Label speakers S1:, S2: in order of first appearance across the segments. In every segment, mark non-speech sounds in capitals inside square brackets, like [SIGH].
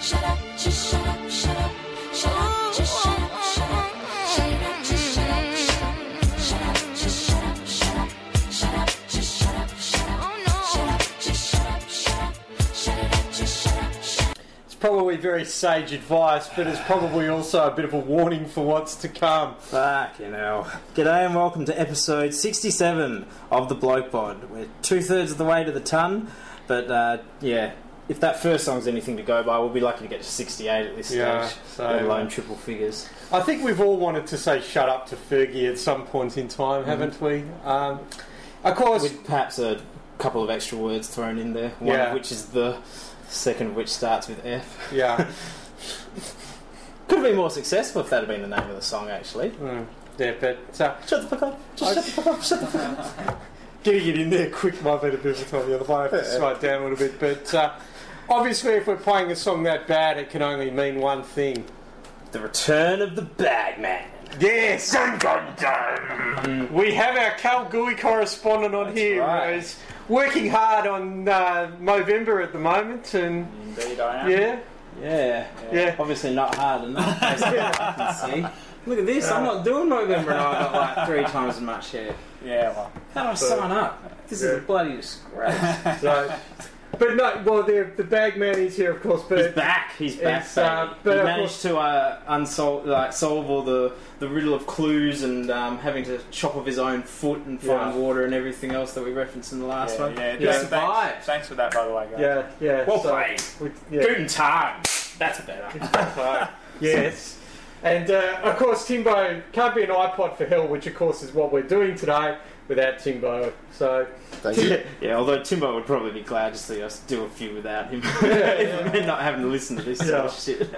S1: shut up, just shut up, shut up, shut up, just shut up, shut up, shut it up, just shut up, shut up, shut up, just shut up, shut up, shut up, just shut up, shut up, oh no, shut up, just shut up, shut up, shut it up, just shut up, shut up.
S2: It's probably very sage advice, but it's probably also a bit of a warning for what's to come.
S3: Fuck, you know. G'day and welcome to episode 67 of the Bloke Pod. We're two thirds of the way to the ton, but uh, yeah, if that first song's anything to go by, we'll be lucky to get to 68 at this
S2: Yeah,
S3: stage,
S2: so-
S3: let alone triple figures.
S2: I think we've all wanted to say shut up to Fergie at some point in time, haven't we? Um, of course,
S3: With perhaps a couple of extra words thrown in there, one
S2: Yeah.
S3: of which is the, second of which starts with F.
S2: yeah,
S3: Could have been more successful if that had been the name of the song, actually.
S2: mm, yeah, but uh,
S3: Shut the fuck up. Just shut the fuck up. Shut the fuck up.
S2: [LAUGHS] getting it in there quick might be a bit of a time the other way. I have to slow it down a little bit, but uh, obviously, if we're playing a song that bad, it can only mean one thing.
S3: The return of the Bagman.
S2: Yes, Mm. we have our Kalgoorlie correspondent on here,
S3: right.
S2: Rose, working hard on uh, Movember at the moment, and
S4: Indeed, I
S3: [LAUGHS]
S4: am.
S2: yeah,
S3: Yeah.
S2: yeah.
S3: Obviously not hard enough. as I
S2: [LAUGHS]
S3: can see. Look at this. I'm not doing November, and I got like three times as much hair.
S4: Yeah, well,
S3: How do I sign up? This is a bloody disgrace.
S2: [LAUGHS] So, but no, well, the the bag man is here, of course,
S3: He's
S2: but
S3: back. He's back.
S2: It's, uh,
S3: baby.
S2: but
S3: he
S2: of
S3: managed
S2: course-
S3: to uh, unsol- like solve all the, the riddle of clues and um, having to chop off his own foot and find
S2: Yeah.
S3: water and everything else that we referenced in the last
S4: yeah,
S3: one.
S4: yeah,
S3: he
S4: Thanks,
S3: survived.
S4: thanks for that, by the way, guys.
S2: yeah, yeah.
S3: Well
S2: so
S3: played.
S2: we- yeah.
S3: Guten Tag. That's better.
S2: yes. And uh, of course, Timbo can't be an iPod for hell, which of course is what we're doing today without Timbo. So,
S5: [LAUGHS]
S2: [LAUGHS]
S5: Thank you.
S3: [LAUGHS] Yeah, although Timbo would probably be glad to see us do a few without him. [LAUGHS] Not having to listen to this sort of shit.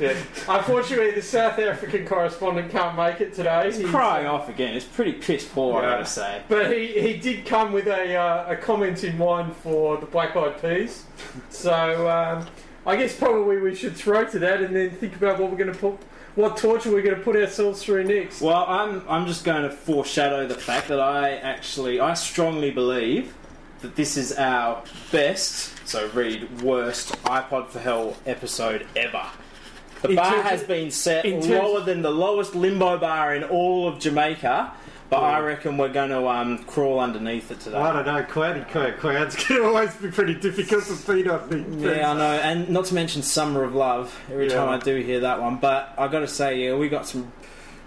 S2: yeah. unfortunately, the South African correspondent can't make it today.
S3: He's
S2: He's- uh,
S3: crying off again. It's pretty piss poor, I gotta say.
S2: But he, he did come with a, uh, a comment in mind for the Black Eyed Peas. So um, I guess probably we should throw to that and then think about what we're going to put, what torture we're going to put ourselves through next.
S3: Well, I'm I'm just going to foreshadow the fact that I actually I strongly believe that this is our best, so read worst iPod for Hell episode ever. The
S2: In
S3: bar
S2: terms
S3: has
S2: of-
S3: been set
S2: in terms-
S3: lower than the lowest limbo bar in all of Jamaica, but I reckon we're going to um, crawl underneath it today.
S2: I don't know, clouded cloud clouds [LAUGHS] can always be pretty difficult to beat, I think.
S3: Yeah, I know, and not to mention Summer of Love. Every
S2: Yeah.
S3: time I do hear that one, but I got to say, yeah, we got some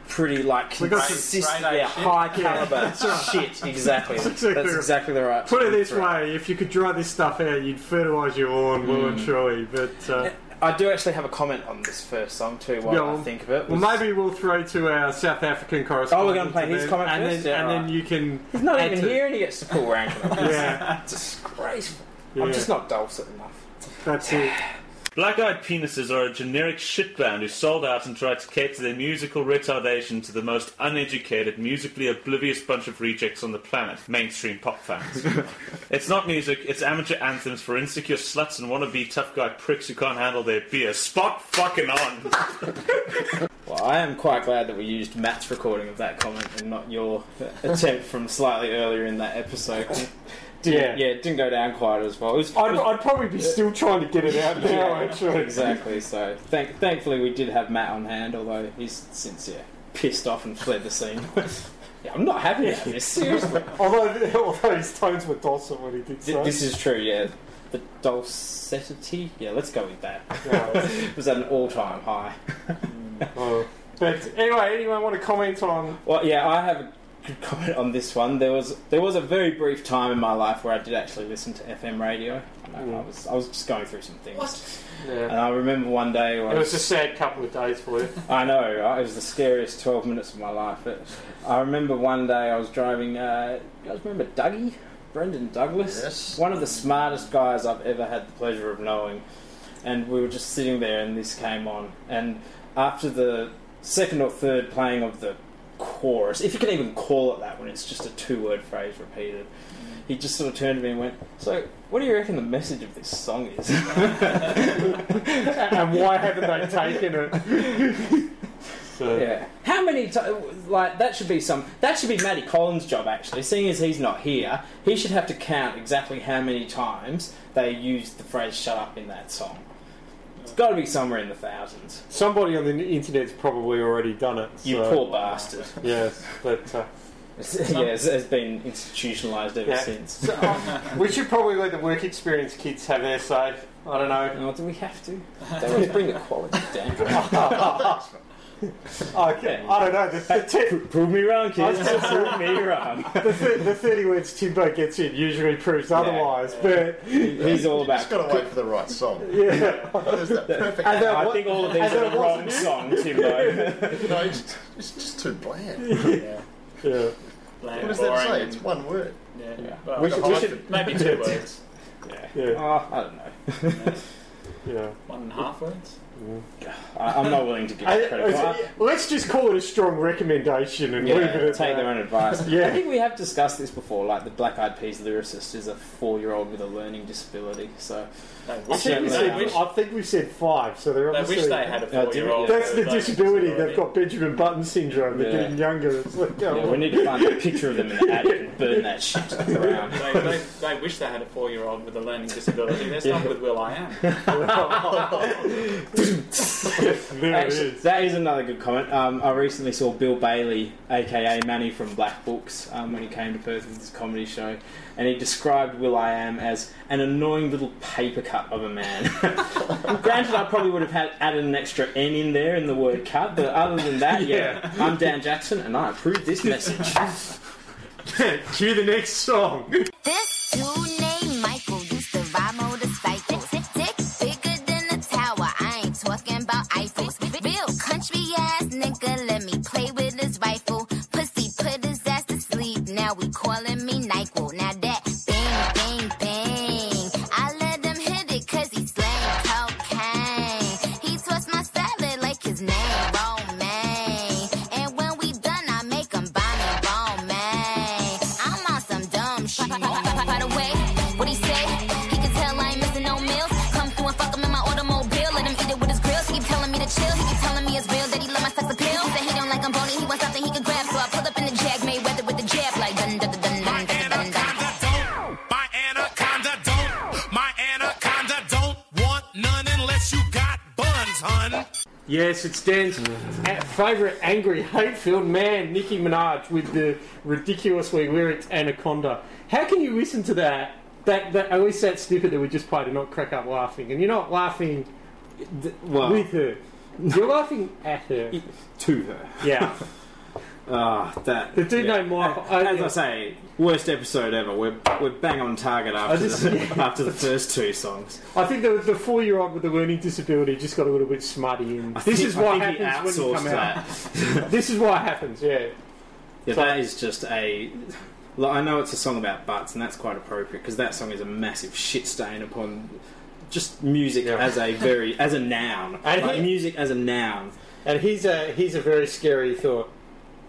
S3: pretty like
S2: We got some
S3: consistent,
S4: straight A
S3: yeah,
S4: shit.
S3: high caliber [LAUGHS] shit. Exactly, that's
S2: exactly
S3: exactly,
S2: right.
S3: the right.
S2: Put it this
S3: throw.
S2: way, if you could dry this stuff out, you'd fertilise your lawn well and truly. But uh,
S3: I do actually have a comment on this first song too. While
S2: Go
S3: I
S2: on.
S3: think of it,
S2: well,
S3: Was-
S2: maybe we'll throw to our South African correspondent.
S3: Oh, we're gonna play
S2: and
S3: his
S2: then-
S3: comment
S2: and
S3: first?
S2: then,
S3: Yeah,
S2: and then
S3: alright.
S2: you can.
S3: he's not
S2: add
S3: even
S2: to-
S3: here, and he gets to pull rank. on [LAUGHS]
S2: [LAUGHS]
S3: it.
S2: Yeah,
S3: It's disgraceful.
S2: yeah,
S3: I'm just not dulcet enough.
S2: that's it.
S6: Black Eyed Penises are a generic shitband who sold out and tried to cater their musical retardation to the most uneducated, musically oblivious bunch of rejects on the planet, mainstream pop fans. it's not music, it's amateur anthems for insecure sluts and wannabe tough guy pricks who can't handle their beer. Spot fucking on!
S3: Well, I am quite glad that we used Matt's recording of that comment and not your [LAUGHS] attempt from slightly earlier in that [LAUGHS] episode. Didn't-
S2: Yeah.
S3: yeah, it didn't go down quite as well. It
S2: [LAUGHS]
S3: was,
S2: I'd, I'd probably be still trying to get it out now, actually. [LAUGHS]
S3: Exactly. So, thank- thankfully, we did have Matt on hand, although he's since yeah pissed off and fled the scene. [LAUGHS] yeah, I'm not happy about
S2: [LAUGHS]
S3: this. Seriously,
S2: Although, although his tones were dulcet when he did
S3: Th-
S2: so.
S3: this is true. Yeah, the dulcetity. Yeah, let's go with that.
S2: [LAUGHS] Yeah.
S3: It was at an all-time high.
S2: Oh. But anyway, anyone want to comment on?
S3: Well, yeah, I have a good comment on this one. There was there was a very brief time in my life where I did actually listen to FM radio. I,
S2: Mm.
S3: know, I was I was just going through some things, and
S2: Yeah.
S3: I remember one day when
S2: It was a sad couple of days for you.
S3: I know, right? It was the scariest 12 minutes of my life. It, I remember one day I was driving, uh, you guys remember Dougie? Brendan Douglas?
S5: Yes.
S3: One of the smartest guys I've ever had the pleasure of knowing. And we were just sitting there and this came on. And after the second or third playing of the chorus, if you can even call it that when it's just a two word phrase repeated, he just sort of turned to me and went, So, what do you reckon the message of this song is?
S2: and why haven't they taken it? so,
S3: Yeah. How many ti like that should be some that should be Matty Collins' job actually. Seeing as he's not here, he should have to count exactly how many times they used the phrase "shut up" in that song. It's got to be somewhere in the thousands.
S2: Somebody on the internet's probably already done it.
S3: You
S2: so-
S3: poor bastard.
S2: Yes, but uh, [LAUGHS]
S3: yeah, it's, it's been institutionalized ever
S2: Yeah.
S3: since.
S2: so, um, we should probably let the work experience kids have their say. I don't [LAUGHS] know.
S3: Oh, do we have [LAUGHS] to? They always bring the [LAUGHS] quality down.
S2: Okay, I don't know. The, the, ti-
S3: Prove me wrong,
S2: I was
S3: kids. Prove me
S2: [LAUGHS]
S3: wrong.
S2: the, thi- the thirty words Timbo gets in usually proves otherwise.
S3: He's all
S7: Just
S3: about.
S7: got to wait for the
S2: [LAUGHS]
S7: right song.
S2: But yeah,
S7: There's that perfect.
S2: And uh,
S3: I
S2: what-
S3: think all of these
S2: and
S3: are
S2: there
S3: the
S2: was-
S3: wrong song, Timbo.
S7: no, it's, just- it's just too bland.
S3: [LAUGHS]
S4: Yeah.
S2: yeah.
S7: What does that say? It's one word.
S4: Yeah.
S3: Yeah.
S4: Well,
S2: We should- we should-
S4: maybe
S2: [LAUGHS]
S4: two words.
S3: yeah.
S2: Yeah.
S3: Oh, I don't know.
S2: yeah.
S4: One and a half words.
S3: I, I'm not willing to give
S2: I-
S3: it credit. for
S2: I- let's just call it a strong recommendation and
S3: Yeah,
S2: leave it at
S3: take
S2: that.
S3: their own advice. [LAUGHS]
S2: Yeah.
S3: I think we have discussed this before. Like the Black Eyed Peas lyricist is a four-year-old with a learning disability. So
S4: They
S2: I
S4: wish
S2: think, we
S3: Certainly.
S4: they,
S2: said,
S4: wish,
S2: I think we said five, so they're
S4: they
S2: obviously.
S4: wish they had a
S3: didn't-
S4: four-year-old.
S2: That's the
S4: with a
S2: disability. They've
S4: disability.
S2: got Benjamin Button syndrome. They're
S3: Yeah.
S2: getting younger. It's like,
S3: yeah,
S2: oh,
S3: we need to find a picture of them in the attic [LAUGHS] and burn that shit to the ground.
S4: They, they, they wish they had a four-year-old with a learning disability. They're stuck with Will I
S3: [LAUGHS]
S4: Am.
S2: [LAUGHS] there it
S3: Actually,
S2: is.
S3: that is another good comment. Um, I recently saw Bill Bailey, aka Manny from Black Books, um, when he came to Perth with his comedy show, and he described Will I Am as an annoying little paper cut of a man. Granted, I probably would have had added an extra N in there in the word cut, but other than that, yeah, I'm Dan Jackson, and I approve this message.
S2: [LAUGHS] Cue the next song.
S1: This dude named Michael used to ride motorcycles. Tick, tick, bigger than a tower. I ain't talking about Eiffel. Real country ass nigga, let me play with his rifle. Pussy put his ass to sleep. Now we calling me Nyquil. Now that bang, bang, bang. I let him hit it cause he slang cocaine. He twists my salad like his name, Romaine. And when we done, I make him bonnie romaine. I'm on some dumb shit. By the way, what he say? He can tell I ain't missing no meals. Come through and fuck him in my automobile. Let him eat it with his grills. He keep telling me to chill. He keep telling me it's real that he love my sex appeal. That he don't like I'm bony. He wants something he can grab. So I pull up in the jag, made weather with the jab. Like dun dun dun dun dun dun dun dun.
S8: anaconda don't. My anaconda don't. My anaconda don't want none unless you got buns, hun.
S2: Yes, it's Dan's a- favourite angry, hate-filled man, Nicki Minaj, with the ridiculously lyrics "Anaconda." How can you listen to that? That, that at least that snippet that we just played and not crack up laughing, and you're not laughing th-
S3: Well-
S2: with her. You're laughing at
S3: [LAUGHS]
S2: her.
S3: to her.
S2: Yeah,
S3: Ah, that.
S2: the dude
S3: yeah.
S2: named Michael.
S3: As I say, worst episode ever. We're, we're bang on target after,
S2: just-
S3: the, after the first two songs.
S2: I think the, the four year old with the learning disability just got a little bit smutty. And this is what
S3: I think
S2: happens
S3: he
S2: when you
S3: outsourced
S2: come out.
S3: that.
S2: This is what happens. Yeah,
S3: Yeah, that is just a. Like, I know it's a song about butts, and that's quite appropriate because that song is a massive shit stain upon just music
S2: Yeah.
S3: as a very as
S2: [LAUGHS]
S3: a noun.
S2: I
S3: Like,
S2: think-
S3: music as a noun.
S2: and here's a here's a very scary thought.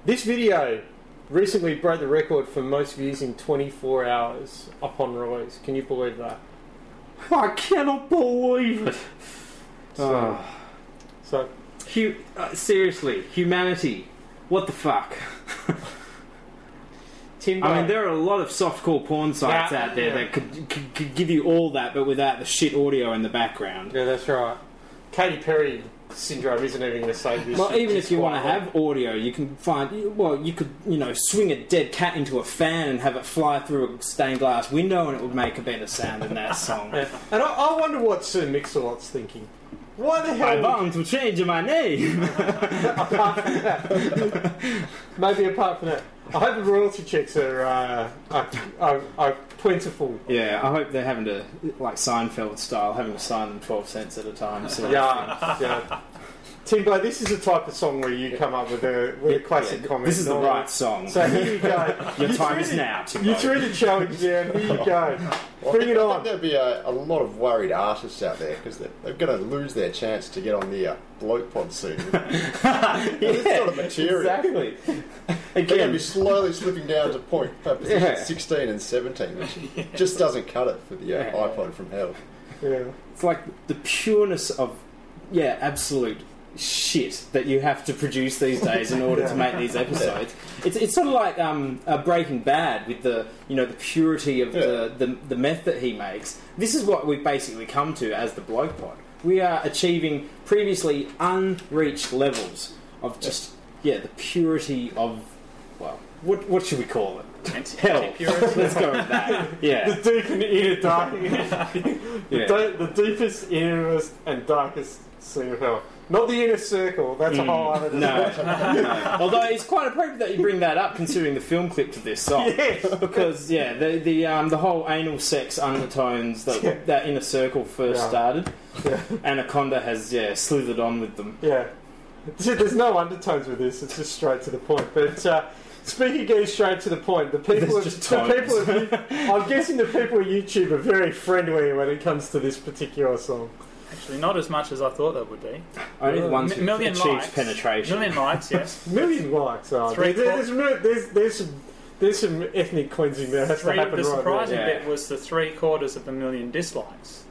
S2: This video recently broke the record for most views in 24 hours upon release. Can you believe that? I cannot believe it. So, so
S3: Hu- uh, seriously, humanity. What the fuck?
S2: Tim,
S3: I mean, there are a lot of softcore porn sites
S2: Yeah.
S3: out there
S2: Yeah.
S3: that could, could, could give you all that, but without the shit audio in the background.
S2: yeah, that's right. Katy Perry syndrome isn't even going to save this.
S3: Well,
S2: It's
S3: even if you want
S2: quite-
S3: to have audio, you can find. Well, you could, you know, swing a dead cat into a fan and have it fly through a stained glass window, and it would make a better sound than that
S2: [LAUGHS]
S3: song.
S2: Yeah. And I, I wonder what Sir Mix-a-Lot's thinking. Why the
S3: My
S2: hell?
S3: bones will change my name. [LAUGHS]
S2: Maybe apart from that, I hope the royalty checks are uh, are, are, are plentiful.
S3: yeah, I hope they're having to, like Seinfeld style, having to sign them twelve cents at a time. So
S2: Yeah, yeah. Timbo, this is the type of song where you come up with a with a classic comment.
S3: This is the
S2: not-
S3: right song.
S2: So here you go.
S3: Your
S2: You
S3: time
S2: threw
S3: is
S2: the-
S3: now.
S2: You
S3: Timbo.
S2: threw the challenge down. Here you go. Bring it
S7: I think
S2: on.
S7: there'd be a, a lot of worried artists out there because they're, they're going to lose their chance to get on the uh, bloke pod soon. This sort of material.
S3: Exactly.
S7: They're going to
S3: [LAUGHS] Again,
S7: be slowly slipping down to point uh, position
S3: Yeah.
S7: 16 and 17, which just doesn't cut it for the uh,
S3: Yeah.
S7: iPod from hell.
S2: Yeah.
S3: It's like the pureness of, yeah, absolute shit that you have to produce these days in order to make these episodes. It's, it's sort of like um, uh, Breaking Bad with the you know the purity of the, the the meth that he makes. This is what we've basically come to as the bloke pod. we are achieving previously unreached levels of just yeah the purity of well what what should we call it hell
S4: Anti-purity.
S3: let's go with [LAUGHS] that yeah
S2: The deep and inner darkness.
S3: yeah.
S2: Da- the deepest, innerest, and darkest sea of hell. Not the inner circle. That's a whole other.
S3: Mm. No, no. Although it's quite appropriate that you bring that up, considering the film clip to this
S2: [LAUGHS]
S3: song. Because yeah, the the um, the whole anal sex undertones that
S2: Yeah.
S3: that inner circle first
S2: Yeah.
S3: started.
S2: Yeah.
S3: Anaconda has yeah slithered on with them.
S2: Yeah. See, there's no undertones with this. It's just straight to the point. But uh, speaking getting straight to the point, the people,
S3: There's
S2: of,
S3: just
S2: the
S3: tones.
S2: people, of, I'm guessing the people of YouTube are very friendly when it comes to this particular song.
S4: Actually, not as much as I thought that would be.
S3: Only the ones
S4: M-
S3: who
S4: million
S3: achieved
S4: likes.
S3: penetration. [LAUGHS]
S4: Million likes, yes.
S2: Million likes. Oh,
S4: Three
S2: there- there's, there's, there's, there's some. There's some ethnic cleansing that has to
S4: Three,
S2: happen
S4: the
S2: right now.
S4: surprising
S3: Yeah.
S4: bit was the three quarters of a million dislikes.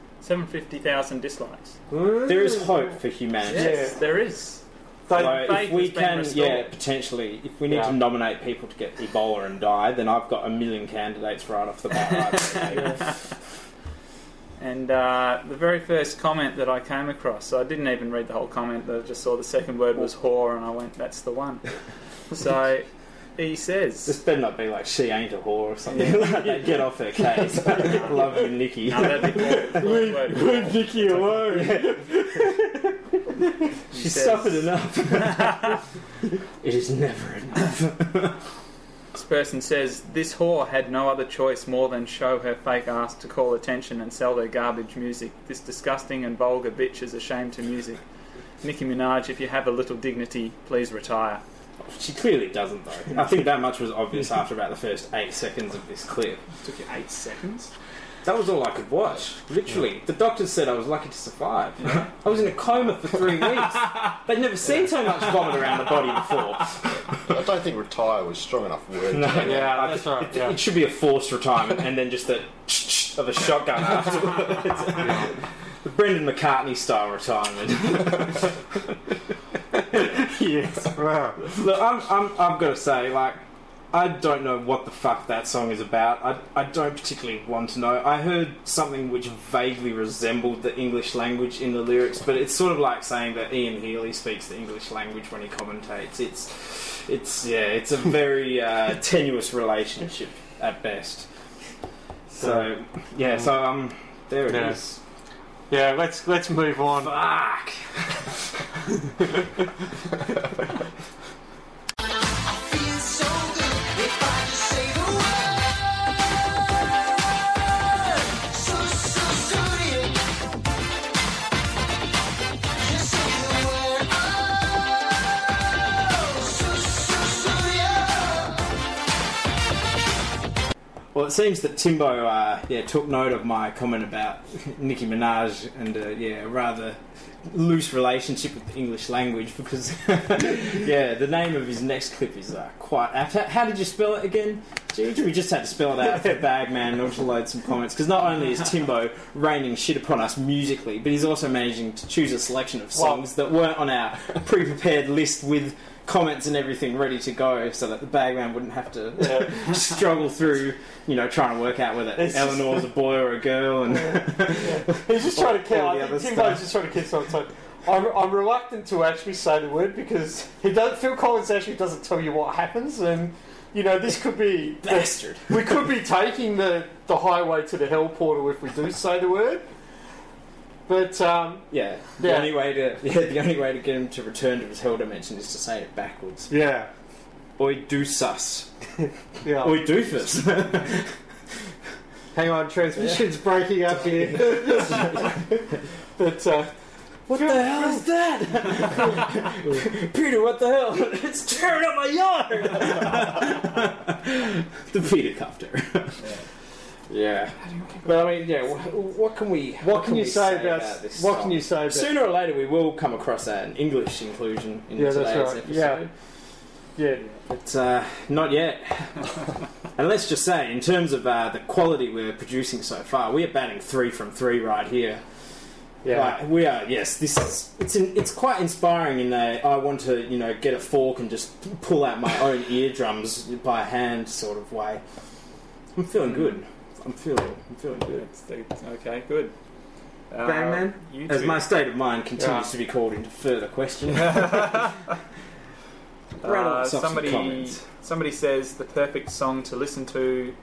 S4: 750,000 dislikes.
S3: There is hope for humanity.
S4: Yes,
S2: Yeah.
S4: there is.
S2: Mm. They-
S3: So if
S2: [LAUGHS]
S4: faith
S3: we
S4: has been
S3: can,
S4: restored.
S3: yeah, potentially, if we need
S2: Yeah.
S3: to nominate people to get Ebola and die, then I've got a million candidates right off the
S2: [LAUGHS]
S3: bat. I'd say.
S4: And uh, the very first comment that I came across, so I didn't even read the whole comment, I just saw the second word was whore, and I went, that's
S3: [LAUGHS]
S4: the one. so he
S3: This
S4: [LAUGHS] says,
S3: better not be like she ain't a whore or something. like that. Get off her case. [LAUGHS] Love you, Nikki.
S4: no, that'd be
S3: [LAUGHS]
S4: whore.
S2: Leave,
S4: Word,
S2: leave
S4: word, whore.
S2: Vicky alone.
S4: He
S3: She's
S4: says,
S3: suffered enough. [LAUGHS] it is never enough.
S4: This person says, this whore had no other choice more than show her fake ass to call attention and sell their garbage music. This disgusting and vulgar bitch is a shame to music. Nicki Minaj, if you have a little dignity, please retire.
S3: She clearly doesn't, though. I think that much was obvious after about the first eight seconds of this clip.
S4: Took you eight seconds?
S3: That was all I could watch. Literally, the doctors said I was lucky to survive. I was in a coma for three weeks. They'd never seen so much vomit around the body before.
S7: I don't think retire was strong enough word.
S2: Yeah, that's right. Yeah.
S3: It should be a forced retirement, and then just the [LAUGHS] of a shotgun afterwards. the Brendan McCartney style retirement.
S2: yes. Wow.
S3: Look, I'm, I'm, I've got to say, like, I don't know what the fuck that song is about. I, I don't particularly want to know. I heard something which vaguely resembled the English language in the lyrics, but it's sort of like saying that Ian Healy speaks the English language when he commentates. It's, it's yeah, it's a very uh, tenuous relationship at best. So yeah, so um, there it is.
S2: Yeah. Yeah. Let's let's move on.
S3: Fuck. Well, it seems that Timbo, uh, yeah, took note of my comment about [LAUGHS] Nicki Minaj and uh, yeah, rather loose relationship with the English language because [LAUGHS] yeah, the name of his next clip is uh, quite apt. How, how did you spell it again? Gee, we just had to spell it out for Bagman in order to load some comments because not only is Timbo raining shit upon us musically, but he's also managing to choose a selection of songs that weren't on our [LAUGHS] pre-prepared list with. Comments and everything ready to go, so that the bagman wouldn't have to [LAUGHS] struggle through, you know, trying to work out whether
S2: It's just-
S3: Eleanor's a boy or a girl, and
S2: He's just trying to kill.
S3: All the
S2: I
S3: other
S2: think Timbo's
S3: stuff.
S2: just trying to kill someone. So I'm, I'm reluctant to actually say the word because he does. Phil Collins actually doesn't tell you what happens, and you know this could be
S3: bastard.
S2: we could be taking the the highway to the hell portal if we do say the word. But um,
S3: Yeah. The
S2: Yeah.
S3: only way to [LAUGHS] yeah, the only way to get him to return to his hell dimension is to say it backwards.
S2: yeah,
S3: Oi do sus.
S2: yeah.
S3: Oi
S2: [LAUGHS]
S3: doofus.
S2: Hang on, transmission's breaking up here. [LAUGHS] but uh,
S3: what the hell is that? [LAUGHS] Peter, what the hell? [LAUGHS] it's tearing up my yard. [LAUGHS] the Peter copter. [LAUGHS] Yeah. But I mean, yeah. wh- What can we?
S2: what can you
S3: we
S2: say about
S3: this
S2: what
S3: song?
S2: can you say about
S3: Sooner or later, we will come across an English inclusion in
S2: Yeah,
S3: today's
S2: that's right.
S3: episode.
S2: Yeah. yeah?
S3: But uh, not yet. and let's just say, in terms of uh, the quality we're producing so far, we are batting three from three right here.
S2: Yeah.
S3: Like, we are. Yes, this is. It's in, it's quite inspiring. In a, I want to you know get a fork and just pull out my own eardrums by hand sort of way. I'm feeling good. I'm feeling. I'm feeling good.
S4: It's the- Okay, good. Uh,
S3: Bangman?
S4: you
S3: As
S4: two.
S3: my state of mind continues to be called into further question. rattle
S4: Uh,
S3: us off some
S4: somebody,
S3: comments.
S4: somebody says the perfect song to listen to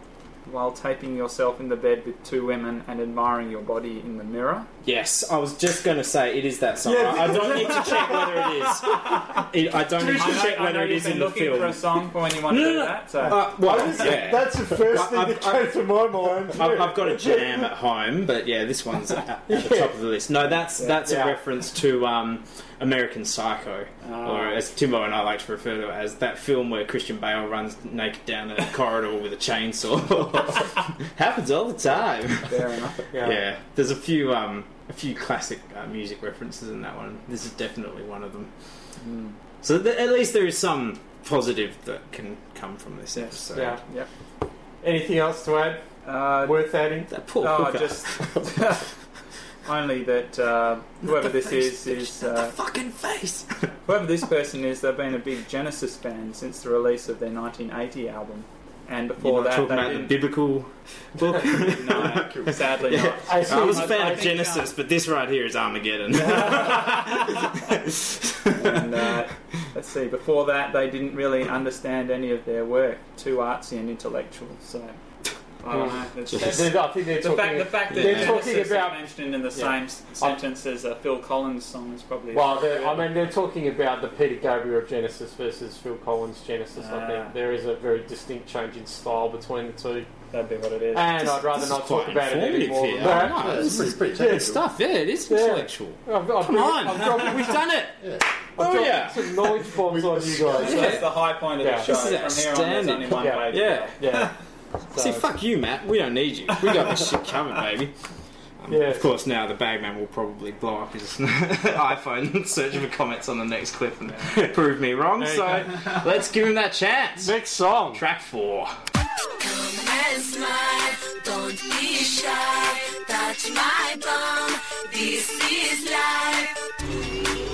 S4: while taping yourself in the bed with two women and admiring your body in the mirror.
S3: yes, I was just going to say it is that song. I, I don't need to check whether it is. It, I don't need to check whether it is in the
S4: looking
S3: film.
S4: for a song for anyone to
S3: No,
S4: do
S3: no, no.
S4: that. So.
S3: Uh, well, yeah.
S2: Oh, That's the first thing
S3: I've-
S2: that came to my mind.
S3: I've, I've got a jam at home, but yeah, this one's at, at the top of the list. No, that's that's
S2: Yeah.
S3: a reference to um, American Psycho, or as Timbo and I like to refer to it as that film where Christian Bale runs naked down a corridor with a chainsaw. [LAUGHS] Happens all the time.
S4: Fair enough.
S3: Yeah, there's a few um, a few classic uh, music references in that one. This is definitely one of them. So th- at least there is some positive that can come from this episode.
S2: Yeah.
S4: Yep.
S2: Anything else to add?
S4: Uh,
S2: Worth adding?
S3: That poor
S4: Oh,
S3: hooker.
S4: just [LAUGHS] only that uh, whoever this is is uh,
S3: fucking face.
S4: [LAUGHS] whoever this person is. They've been a big Genesis fan since the release of their 1980 album, and before
S3: You're not
S4: that
S3: talking
S4: they
S3: about the
S4: didn't. [LAUGHS]
S3: biblical book.
S4: no,
S3: [LAUGHS]
S4: sadly not.
S2: I
S3: I was
S2: see.
S3: a fan
S4: I
S3: of
S4: think, uh,
S3: Genesis, but this right here is Armageddon. [LAUGHS]
S4: And uh, let's see, before that they didn't really understand any of their work. Too artsy and intellectual. So I don't know. It's
S2: I
S4: just-
S2: think they're
S4: the fact,
S2: talking.
S4: the fact that
S2: They're talking
S4: Genesis are
S2: about-
S4: mentioned in the
S2: Yeah.
S4: same s- sentence as a Phil Collins song is probably
S2: Well, they're- I mean, they're talking about the Peter Gabriel Genesis versus Phil Collins Genesis. I
S4: Ah.
S2: think there is a very distinct change in style between the two,
S4: that'd be what it is.
S2: and
S3: This-
S2: I'd rather
S3: this
S2: not
S3: is
S2: talk
S3: quite
S2: about it
S3: informative
S2: anymore.
S3: here.
S2: Than that.
S3: No,
S7: Yeah,
S3: this
S7: it's pretty, pretty
S3: Good
S7: technical.
S3: stuff. Yeah, it is
S2: Yeah.
S3: intellectual.
S2: I've, I've
S3: Come on,
S2: I've dropped,
S3: we've done it.
S7: Yeah.
S2: I've
S3: Oh
S2: dropped
S3: yeah.
S2: some knowledge bombs on you guys.
S4: So that's the high point of
S2: Yeah.
S4: the show.
S3: This is
S4: From here on, there's only
S3: outstanding.
S4: one
S2: Yeah.
S4: way to
S3: Yeah.
S2: Yeah,
S3: See, fuck you, Matt. We don't need you. We got this shit covered, baby. Um,
S2: Yeah.
S3: Of course, now the bagman will probably blow up his [LAUGHS] iPhone in search for comments on the next clip and prove me wrong.
S2: There you
S3: So [LAUGHS] let's give him that chance.
S2: next song.
S3: Track four.
S9: Come and smile, don't be shy. Touch my bum, this is life.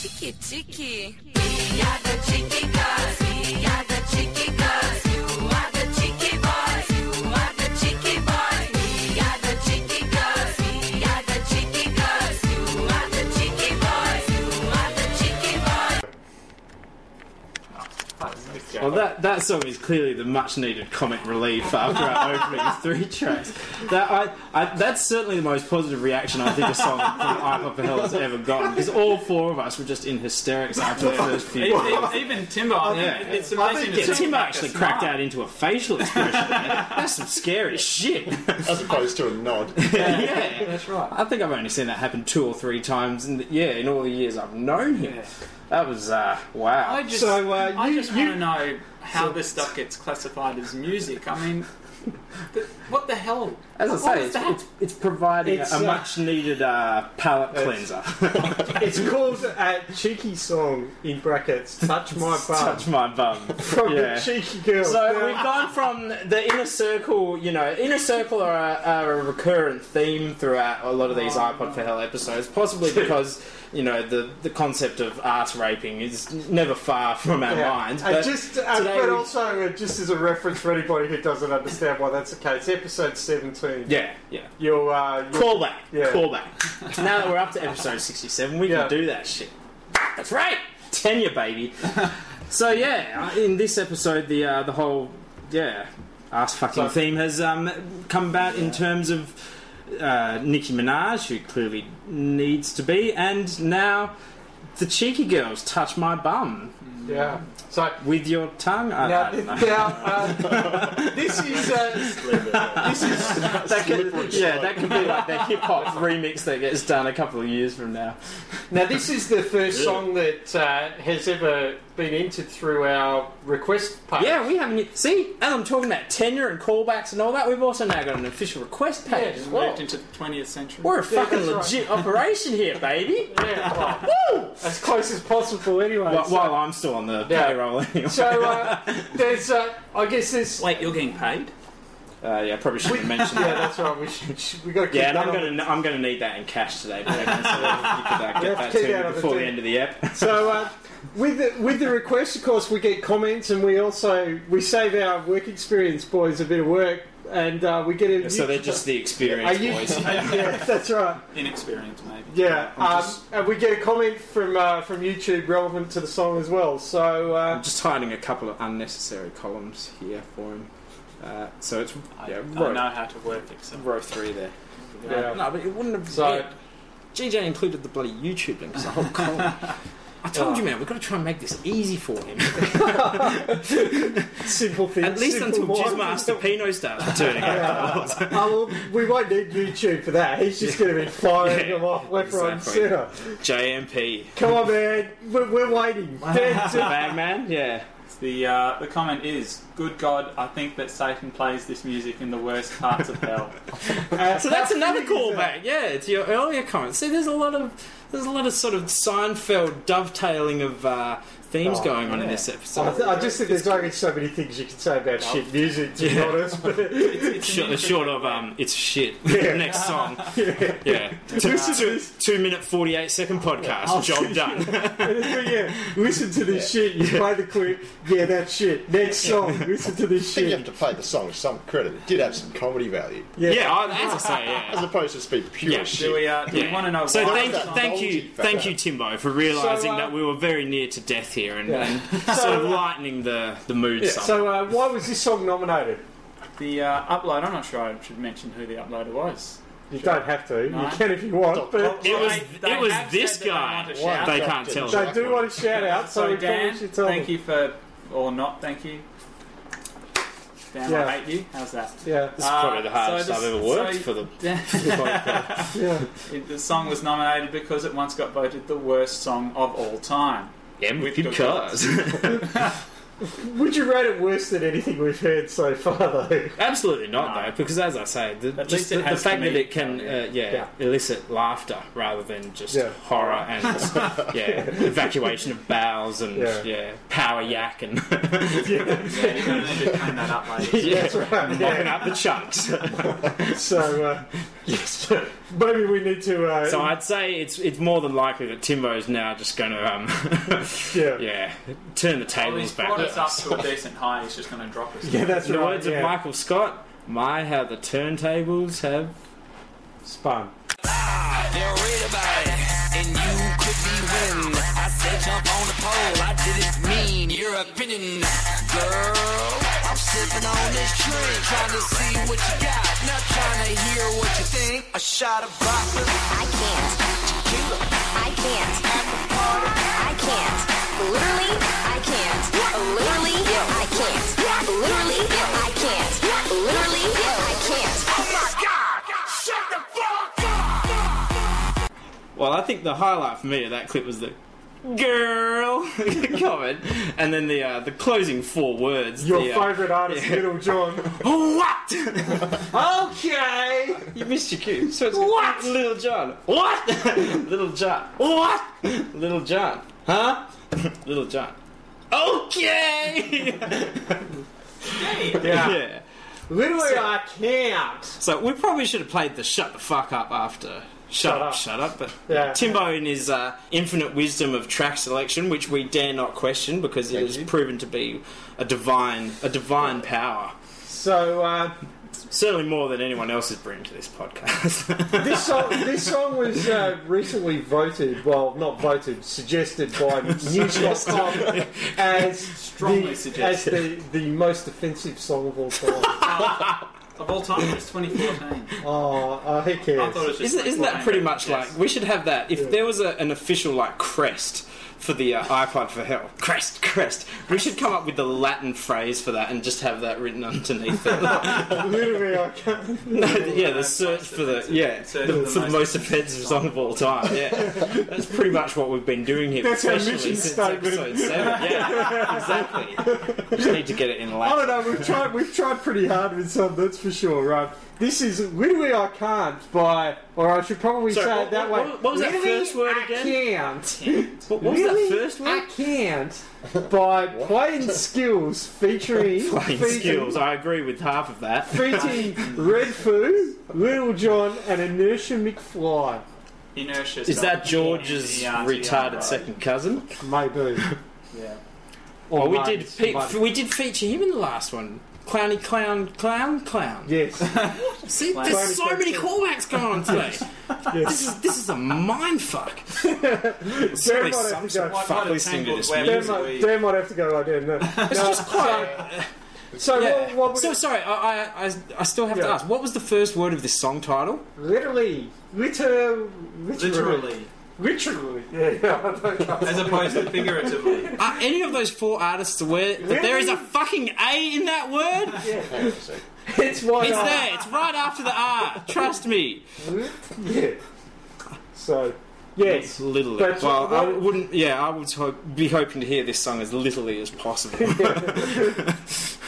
S9: Cheeky, cheeky. We are the cheeky girls. We are the cheeky girls. You are the cheeky boys. You are the cheeky boys. We are the cheeky girls. We are the cheeky girls. You are the cheeky boys. You are the cheeky boys.
S3: Well, that, that song is clearly the much needed comic relief after [LAUGHS] our opening three tracks. That I, I that's certainly the most positive reaction I think a [LAUGHS] song from iPop for Hell has ever gotten because all four of us were just in hysterics after the first few.
S4: E- e- Even Timber, I mean,
S3: Yeah.
S4: it's amazing.
S3: Yeah,
S4: to see
S3: Timbo
S4: him
S3: actually
S4: make a smile.
S3: cracked out into a facial expression. there. That's some scary [LAUGHS] shit.
S7: As opposed to a nod.
S3: yeah, that's right. I think I've only seen that happen two or three times. In the, yeah, in all the years I've known him, that was uh, wow.
S4: I just,
S3: so uh,
S4: I
S3: you-
S4: just
S3: you-
S4: want to know how this stuff gets classified as music. I mean, [LAUGHS] th- what the hell?
S3: As I
S4: What
S3: say,
S4: is
S3: it's,
S4: that?
S3: it's, it's providing
S2: It's,
S3: a,
S2: uh,
S3: much needed uh, palate cleanser. [LAUGHS]
S2: It's called a cheeky song in brackets. Touch my
S3: Touch my bum.
S2: from
S3: yeah.
S2: the cheeky girls.
S3: So we've gone from the inner circle, you know, inner circle are a, are a recurrent theme throughout a lot of these iPod for Hell episodes, possibly because, you know, the, the concept of ass raping is never far from our
S2: Yeah.
S3: minds.
S2: And
S3: But
S2: just, uh,
S3: today
S2: but
S3: we-
S2: also, uh, just as a reference for anybody who doesn't understand why that's the case, episode 17.
S3: yeah, yeah.
S2: You'll, uh, you'll-
S3: Callback,
S2: Yeah. [LAUGHS]
S3: callback. now that we're up to episode 67, we
S2: Yeah.
S3: can do that shit. That's right! Tenure,
S2: [LAUGHS]
S3: baby. so, yeah, uh, in this episode, the, uh, the whole, yeah, ass fucking
S2: So-
S3: theme has um, come about in terms of uh, Nicki Minaj, who clearly needs to be, and now the cheeky girls touch my bum
S2: yeah. So
S3: with your tongue. I,
S2: now,
S3: I don't know.
S2: now uh, this is uh, this is
S3: that could, [LAUGHS] yeah, that could be
S2: [LAUGHS]
S3: like the hip hop remix that gets done a couple of years from now.
S2: now this is the first song that uh, has ever been entered through our request page.
S3: Yeah, we haven't. yet- See, and I'm talking about tenure and callbacks and all that. We've also now got an official request page
S2: Yeah.
S3: as well.
S4: Moved into the 20th century.
S3: We're a fucking
S2: that's right.
S3: legit operation here, baby.
S2: [LAUGHS] Yeah, well,
S3: Woo!
S2: as close as possible, anyway.
S3: While,
S2: so,
S3: while I'm still on the
S2: Yeah.
S3: payroll, anyway.
S2: [LAUGHS] so, uh, there's, uh, I guess
S3: [LAUGHS]
S2: there's.
S4: Wait, you're getting paid?
S3: uh, yeah, I probably shouldn't mention
S2: Yeah, [LAUGHS]
S3: that.
S2: that's right. We should, should we got to keep
S3: Yeah, and
S2: that
S3: I'm
S2: on.
S3: gonna I'm gonna need that in cash today, baby. So if you could
S2: [LAUGHS]
S3: uh,
S2: Yeah,
S3: get that
S2: keep
S3: to
S2: out of
S3: me
S2: the
S3: before the
S2: thing.
S3: end of the
S2: [LAUGHS]
S3: app.
S2: So uh, with the, with the request, of course, we get comments, and we also we save our work experience boys a bit of work and uh, we get a
S3: So
S2: new-
S3: they're just the
S2: Are
S3: experienced
S2: you-
S3: boys.
S2: yeah, that's right.
S4: Inexperience, maybe.
S2: Yeah,
S3: I'm
S2: um,
S3: just-
S2: and we get a comment from uh, from YouTube relevant to the song as well. So
S3: I'm
S2: uh,
S3: just hiding a couple of unnecessary columns here for him. Uh, so it's
S4: I,
S3: yeah,
S4: I
S3: row,
S4: know how to work Excel.
S3: row three there.
S2: Yeah.
S3: No, but it wouldn't have.
S2: So-
S3: yeah, GJ included the bloody YouTube links, the whole column. I told you, man, we've got to try and make this easy for him.
S2: simple things.
S3: At least
S2: simple
S3: until
S2: lines.
S3: Jizzmaster Pino starts returning.
S2: Yeah. oh, well, we won't need YouTube for that. He's just going to be firing
S3: Yeah,
S2: them off left, right, and
S3: exactly.
S2: centre.
S3: JMP.
S2: Come on, man. We're, we're
S3: [LAUGHS]
S2: waiting. That's it.
S3: Bagman, yeah.
S4: The uh, the comment is, "Good God, I think that Satan plays this music in the worst parts of
S3: [LAUGHS]
S4: hell."
S3: So that's another callback, yeah, to your earlier comments. See, there's a lot of there's a lot of sort of Seinfeld dovetailing of uh, themes
S2: Oh,
S3: going on in
S4: yeah.
S3: this
S2: I,
S3: episode.
S2: th- I just think there's only so many things you can say about shit music, to be
S3: Yeah.
S2: honest. But
S4: It's an
S3: Short,
S4: interesting-
S3: short of um, it's shit. Next song, yeah, two,
S2: Listen to
S3: two,
S2: this.
S3: two minute forty eight second podcast. job done.
S2: yeah, listen to this shit. You play the clip. Yeah, that's shit. Next song. Listen to this
S7: I think you have
S2: shit.
S7: to play the song with some credit. It did have some comedy value.
S2: Yeah.
S3: yeah, I, as I say,
S7: As
S3: yeah.
S7: opposed to just be pure
S3: Yeah, do
S7: shit.
S4: Do we, uh, do we
S3: Yeah.
S4: want to know
S3: So
S4: why
S3: thank,
S4: the song-
S3: thank you, thank you, Timbo, for realising
S2: So, uh,
S3: that we were very near to death here and,
S2: Yeah. [LAUGHS]
S3: and sort of lightening the the mood. somewhat.
S2: uh, So uh, why was this song nominated?
S4: The uh, upload. I'm not sure I should mention who the uploader was.
S2: You don't have to.
S4: No.
S2: You can if you want, but
S4: Well,
S3: It was-
S4: they- they
S3: it was
S4: have
S3: this
S4: said that
S3: guy.
S4: They, want to
S3: they
S4: shout.
S3: can't tell.
S2: I do want to shout out. So,
S4: so
S2: we
S4: Dan,
S2: probably should tell
S4: thank
S2: them.
S4: you for or not. Thank you. Dan,
S2: Yeah.
S4: I hate you. How's that?
S2: Yeah,
S3: This is probably the
S4: Uh,
S3: hardest
S4: so this-
S3: I've ever worked
S4: so-
S3: for
S4: [LAUGHS]
S3: them. [LAUGHS]
S2: yeah.
S4: It, the song was nominated because it once got voted the worst song of all time.
S3: Yeah,
S4: With
S3: good
S4: good
S3: cars.
S2: Would you rate it worse than anything we've heard so far, though?
S3: [LAUGHS] Absolutely not,
S4: No.
S3: though, because as I say, the,
S4: At
S3: just
S4: least
S3: the,
S4: it
S3: the
S4: has
S3: fact
S4: to
S3: that
S4: be-
S3: it can,
S4: yeah.
S3: uh, yeah,
S2: Yeah.
S3: elicit laughter rather than just
S2: Yeah.
S3: horror
S4: [LAUGHS]
S3: and yeah, evacuation of bowels and yeah,
S2: Yeah.
S3: power yak [LAUGHS]
S4: [LAUGHS]
S3: and
S4: Yeah, you're going to need to clean that up later.
S3: yeah,
S2: right,
S3: knocking up the chunks.
S2: So uh, yes, [LAUGHS] maybe we need to. Uh,
S3: So I'd say it's it's more than likely that Timbo's now just going to um, [LAUGHS]
S2: yeah. yeah,
S3: yeah, turn the
S4: Well,
S3: tables
S4: he's
S3: back.
S4: brought
S3: on
S4: us up
S3: us.
S4: to a decent high. He's just going to drop us.
S2: that's
S3: In the
S2: right.
S3: words
S2: yeah.
S3: of Michael Scott, "My how the turntables have."
S2: Spun.
S8: They're read about it, and you could be winning. I said jump on the pole, I didn't mean your opinion. Girl, I'm sipping on this drink, trying to see what you got, not trying to hear what you think. A shot of vodka,
S1: I can't. I can't. I can't. Literally, I can't. Literally, I can't. Literally, I can't. Literally, I can't.
S3: Well, I think the highlight for me of that clip was the girl [LAUGHS] comment, and then the uh, the closing four words.
S2: Your
S3: the, uh,
S2: favourite artist, Little John.
S3: What?
S2: okay.
S3: you missed your cue. So it's what? Little John. [LAUGHS] What? Little John. What? Little John. Huh? [LAUGHS] Little John. Okay.
S2: [LAUGHS] Yeah.
S3: yeah.
S2: Literally, I can't.
S3: So we probably should have played the shut the fuck up after. Shut, up,
S2: up.
S3: shut up. But
S2: Yeah.
S3: Timbo, in his uh, infinite wisdom of track selection, which we dare not question because it
S7: Thank
S3: has
S7: you.
S3: proven to be a divine, a divine power.
S2: So uh,
S3: Certainly more than anyone else is bringing to this podcast.
S2: this song, this song was uh, recently voted. Well, not voted, suggested by News.com as
S4: Strongly
S2: the,
S4: suggested.
S2: as the the most offensive song of all time.
S4: Of all time, it's
S3: [LAUGHS]
S4: 2014.
S2: oh, uh, who
S4: I
S2: cares?
S4: thought it was just
S3: isn't, isn't that
S4: 2014,
S3: pretty much
S4: yes.
S3: like we should have that? If
S2: Yeah.
S3: there was a, an official like crest for the uh, iPod for Hell, crest, crest, we should come up with the Latin phrase for that and just have that written
S2: [LAUGHS]
S3: underneath it.
S2: Literally, I can't.
S3: No, the- yeah, the search for the yeah
S4: Search
S3: the,
S4: for the
S3: for the
S4: most
S3: most offensive song of all time. Yeah, that's pretty much what we've been doing here.
S2: That's our
S3: especially
S2: mission
S3: since
S2: statement.
S3: Episode seven. Yeah, exactly. We just need to get it in
S2: I
S3: Latin.
S2: don't know. We've tried. We've tried pretty hard with some. That's for sure. Right. This is literally I can't by, or I should probably
S3: Sorry,
S2: say
S3: what-
S2: it that
S3: what-
S2: way.
S3: what was that
S2: Literally,
S3: first word
S2: I
S3: again?
S2: Can't.
S3: What what was
S2: Really?
S3: that first
S2: I
S3: one?
S2: can't. By playing skills featuring
S3: Playing
S2: featuring-
S3: skills. I agree with half of that.
S2: featuring Red Foo, Little John, and Inertia McFly.
S4: Inertia.
S3: Is
S4: stuff.
S3: that George's
S4: Yeah, yeah,
S3: retarded
S4: right.
S3: second cousin?
S2: Maybe.
S4: Yeah.
S2: Or
S3: Well, we
S2: mine,
S3: did pe-
S2: mine.
S3: we did feature him in the last one. clowny clown clown clown. [LAUGHS]
S2: Yes.
S3: See, there's so many callbacks going on today. This is this is a mind fuck.
S2: Darren might have to go.
S10: Fuck listening to this
S2: Darren might, Darren might have to go right in. No.
S3: It's just quite.
S2: So
S3: [LAUGHS] Yeah.
S2: what, what we
S3: so sorry, I, I, I, I still have to
S2: Yeah.
S3: ask. What was the first word of this song title?
S2: literally, liter, literally, literally,
S4: Literally,
S2: [LAUGHS] yeah, yeah. I don't know.
S4: as opposed to figuratively.
S3: [LAUGHS] Are any of those four artists aware that there is a fucking A in that word?
S7: Hang on a sec.
S2: It's one.
S3: It's
S2: uh,
S3: there. It's right after the R. Trust me.
S2: Yeah. So, yes.
S3: Literally.
S2: But-
S3: well, I wouldn't. Yeah, I would hope, be hoping to hear this song as literally as [LAUGHS] possible.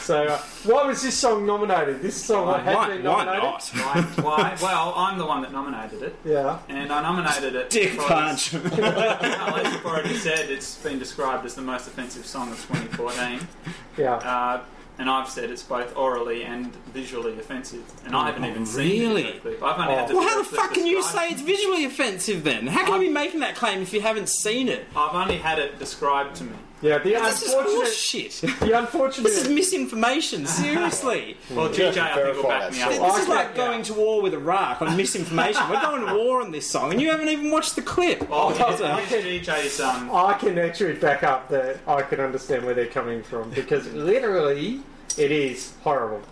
S2: So, uh, why was this song nominated? This song
S4: Why-
S2: had
S3: why,
S2: been
S3: why
S2: nominated.
S3: not?
S4: Why? Why? Well, I'm the one that nominated it,
S2: Yeah.
S4: and I nominated it.
S3: Dick
S4: because- [LAUGHS]
S3: punch.
S4: Well, as you've already said, it's been described as the most offensive song of 2014,
S2: Yeah.
S4: uh, and I've said it's both orally and visually offensive, and I haven't even seen the
S3: Oh, really? Oh.
S4: video clip. I've only had to
S3: Well, how the fuck can you
S4: described-
S3: say it's visually offensive then? How can you be making that claim if you haven't seen it?
S4: I've only had it described to me.
S2: Yeah. The
S3: This is
S2: unfortunate.
S3: bullshit.
S2: The unfortunate.
S3: This is [LAUGHS] misinformation. Seriously.
S4: Well, GJ, I think will
S7: verify
S4: back
S7: that
S4: me
S3: [LAUGHS]
S4: up.
S7: source.
S3: This is
S2: Okay,
S3: like
S2: yeah.
S3: going to war with Iraq on misinformation. We're going to war on this song, and you haven't even watched the clip.
S4: Oh, here's,
S2: okay.
S4: here's GJ's um, [LAUGHS]
S2: I can actually back up that I can understand where they're coming from because
S3: [LAUGHS]
S2: literally it is horrible.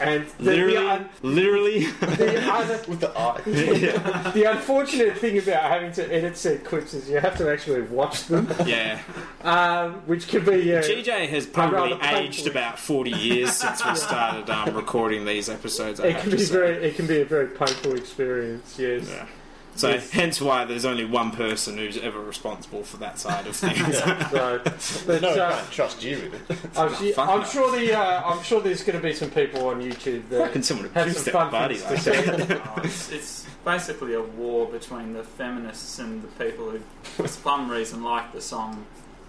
S2: And the,
S3: literally,
S2: the, un-
S3: literally.
S2: the, un-
S7: With the eye.
S2: the unfortunate thing about having to edit said clips is you have to actually watch them,
S3: yeah.
S2: um, which can be uh,
S3: GJ has
S2: rather
S3: probably
S2: painful.
S3: aged about 40 years since
S2: [LAUGHS]
S3: we started um, recording these episodes. I
S2: it
S3: have
S2: can
S3: to
S2: be
S3: say.
S2: very it can be a very painful experience. Yes.
S3: Yeah. So, hence why there's only one person who's ever responsible for that side
S2: [LAUGHS]
S3: of things. [LAUGHS]
S2: So, but,
S7: No, I
S2: uh,
S7: can't trust you with it. [LAUGHS]
S2: I'm, su-
S3: fuck
S2: I'm
S3: no.
S2: sure the uh, I'm sure there's going to be some people on YouTube that
S3: Fucking someone
S2: have
S3: abuse
S2: some
S3: their
S2: fun
S3: body
S2: things to
S3: like that.
S4: oh, it's, it's basically a war between the feminists and the people who, for some reason, like the song.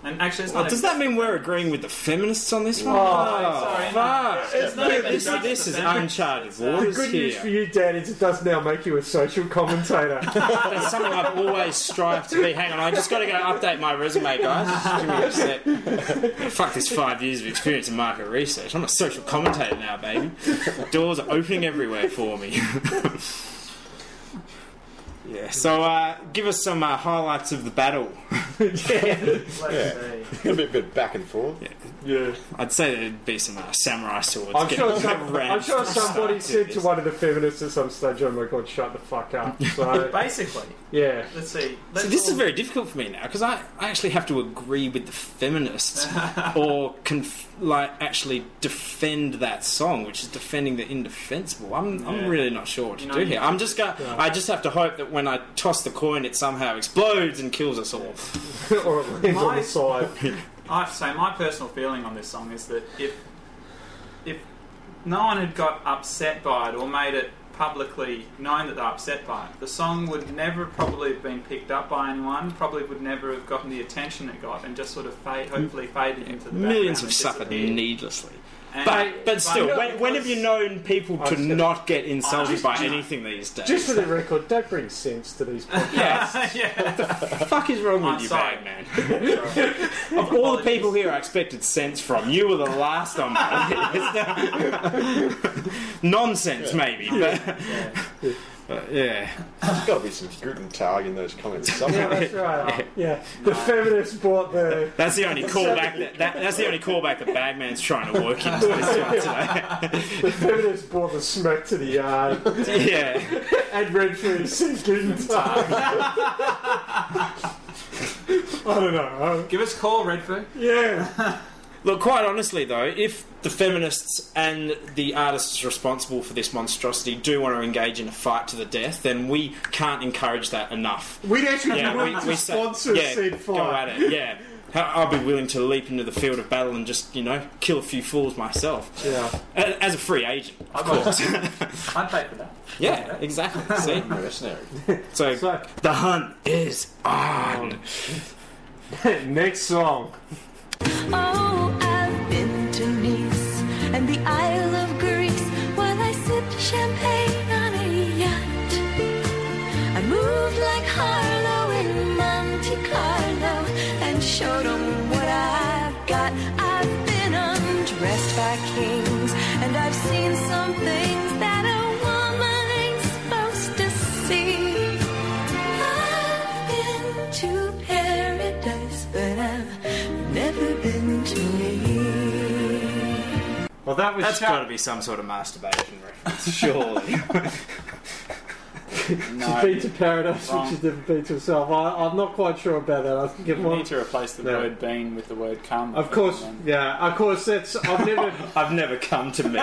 S4: And actually, it's
S3: Well,
S4: not
S3: Oh, does
S4: even-
S3: that mean we're agreeing with the feminists on this
S2: Oh,
S3: one? Oh,
S4: sorry.
S3: fuck.
S4: It's not even
S3: This,
S4: just
S3: this
S4: the
S3: is
S4: feminists.
S3: uncharted
S2: The
S3: waters
S2: good news for
S3: here.
S2: you, Dan, is it does now make you a social
S3: [LAUGHS]
S2: commentator.
S3: That's something I've always strived to be. Hang on, I just got to go update my resume, guys. Just give me a sec. Fuck this five years of experience in market research. I'm a social commentator now, baby. Doors are opening everywhere for me. [LAUGHS] yeah. So, uh, give us some uh, highlights of the battle.
S4: Let's see.
S7: a bit, bit back and forth.
S2: yeah.
S3: I'd say there'd be some uh, samurai swords.
S2: I'm
S3: getting
S2: sure, some,
S3: [LAUGHS] rammed
S2: I'm sure
S3: from
S2: somebody
S3: start
S2: said to
S3: this.
S2: one of the feminists at some stage, oh my god, shut the fuck
S3: [LAUGHS]
S2: up. So,
S4: Basically,
S2: yeah. [LAUGHS]
S4: let's see.
S3: So
S4: Let's
S3: this is
S4: all-
S3: very difficult for me now because I, I actually have to agree with the
S4: [LAUGHS]
S3: feminists or conf- like actually defend that song, which is defending the indefensible. I'm, I'm really not sure what to
S4: You know,
S3: do
S4: you-
S3: here. I'm just going. I just have to hope that when I toss the coin, it somehow explodes and kills us all.
S2: or it lands on
S4: My-
S2: the side.
S4: I have to say, my personal feeling on this song is that if if no one had got upset by it or made it publicly known that they're upset by it, the song would never probably have been picked up by anyone. Probably would never have gotten the attention it got, and just sort of fade, hopefully faded into the
S3: Millions
S4: background
S3: have
S4: and
S3: suffered
S4: disappeared.
S3: needlessly.
S4: And-
S3: But but still, when, when have you known people to
S2: just-
S3: not get insulted
S4: just-
S3: by anything these days?
S2: Just for the record, don't bring sense to these podcasts.
S3: yeah,
S4: [LAUGHS] yeah,
S3: the fuck is wrong
S4: I'm
S3: with you,
S4: sorry.
S3: bag man? [LAUGHS]
S4: [LAUGHS]
S3: Of all the people here I expected sense from, you were the last on
S4: [LAUGHS]
S3: my list. [LAUGHS] Nonsense, maybe. But,
S4: Yeah.
S3: but yeah.
S7: There's got to be some Guten Tag in those comments
S2: Yeah,
S7: somewhere.
S2: that's right. Yeah.
S3: [LAUGHS]
S2: The feminists brought the.
S3: That's the only callback that, that that's the only callback that Bagman's trying to work into this one
S2: The feminists brought the smack to the yard.
S3: [LAUGHS] today. yeah.
S2: And Redford said good [LAUGHS] time. I don't know. I-
S4: give us a call, Redford.
S2: yeah.
S3: Look, quite honestly though, if the feminists and the artists responsible for this monstrosity do want to engage in a fight to the death, then we can't encourage that enough.
S2: We'd actually
S3: Yeah,
S2: want
S3: we,
S2: to
S3: we say,
S2: sponsor
S3: yeah,
S2: said
S3: go
S2: fight.
S3: at it. Yeah, How- I'll be willing to leap into the field of battle and just you know kill a few fools myself
S2: Yeah.
S3: A- as a free
S2: [LAUGHS]
S3: agent, of
S4: I'd like-
S3: course.
S4: I'd pay for that.
S3: yeah, exactly. See,
S7: Mercenary.
S2: [LAUGHS]
S3: so
S2: So, Oh.
S3: the hunt is on.
S11: [LAUGHS]
S2: next song.
S1: Oh, I've been to Nice and the Isle of Greece while I sipped champagne on a yacht. I moved like Harlow in Monte Carlo and showed 'em what I've got. I've been undressed by King
S11: Well, that was
S3: That's
S11: Shaq.
S3: got to be some sort of masturbation reference,
S2: [LAUGHS]
S3: surely.
S2: She's been to paradise, but
S4: Wrong.
S2: she's never been to herself. I, I'm not quite sure about that. I think it
S4: You need
S2: might.
S4: to replace the
S2: No.
S4: word "been" with the word "come."
S2: Of course, yeah. Of course, that's. I've never. [LAUGHS]
S3: I've never come to me.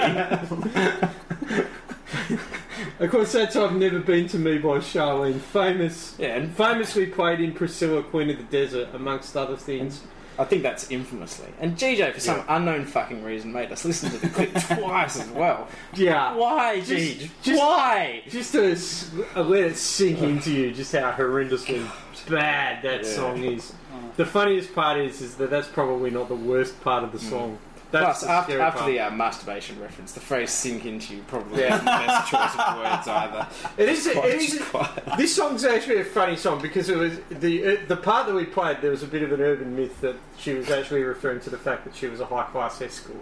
S2: Of course, that's. I've never been to me by Charlene. Famous.
S3: Yeah, and
S2: Famously played in Priscilla, Queen of the Desert, amongst other things.
S3: I think that's infamously. And GJ, for some unknown fucking reason, made us listen to the
S2: [LAUGHS]
S3: clip twice as well.
S2: Yeah.
S3: Why,
S2: Just-
S3: GJ?
S2: just-
S3: Why?
S2: Just to s- let it sink into you, just how horrendously bad that song is.
S11: Oh.
S2: The funniest part is, is that that's probably not the worst part of the song.
S11: Hmm.
S2: That's
S3: Plus,
S2: the
S3: after,
S2: scary
S3: after
S2: part.
S3: the uh, masturbation reference, the phrase sink into you probably isn't the best choice of words [LAUGHS] either.
S2: It is. It
S3: Quite-
S2: is.
S3: quite-
S2: This song's actually a funny song because it was the uh, the part that we played. There was a bit of an urban myth that she was actually referring to the fact that she was a high class escort,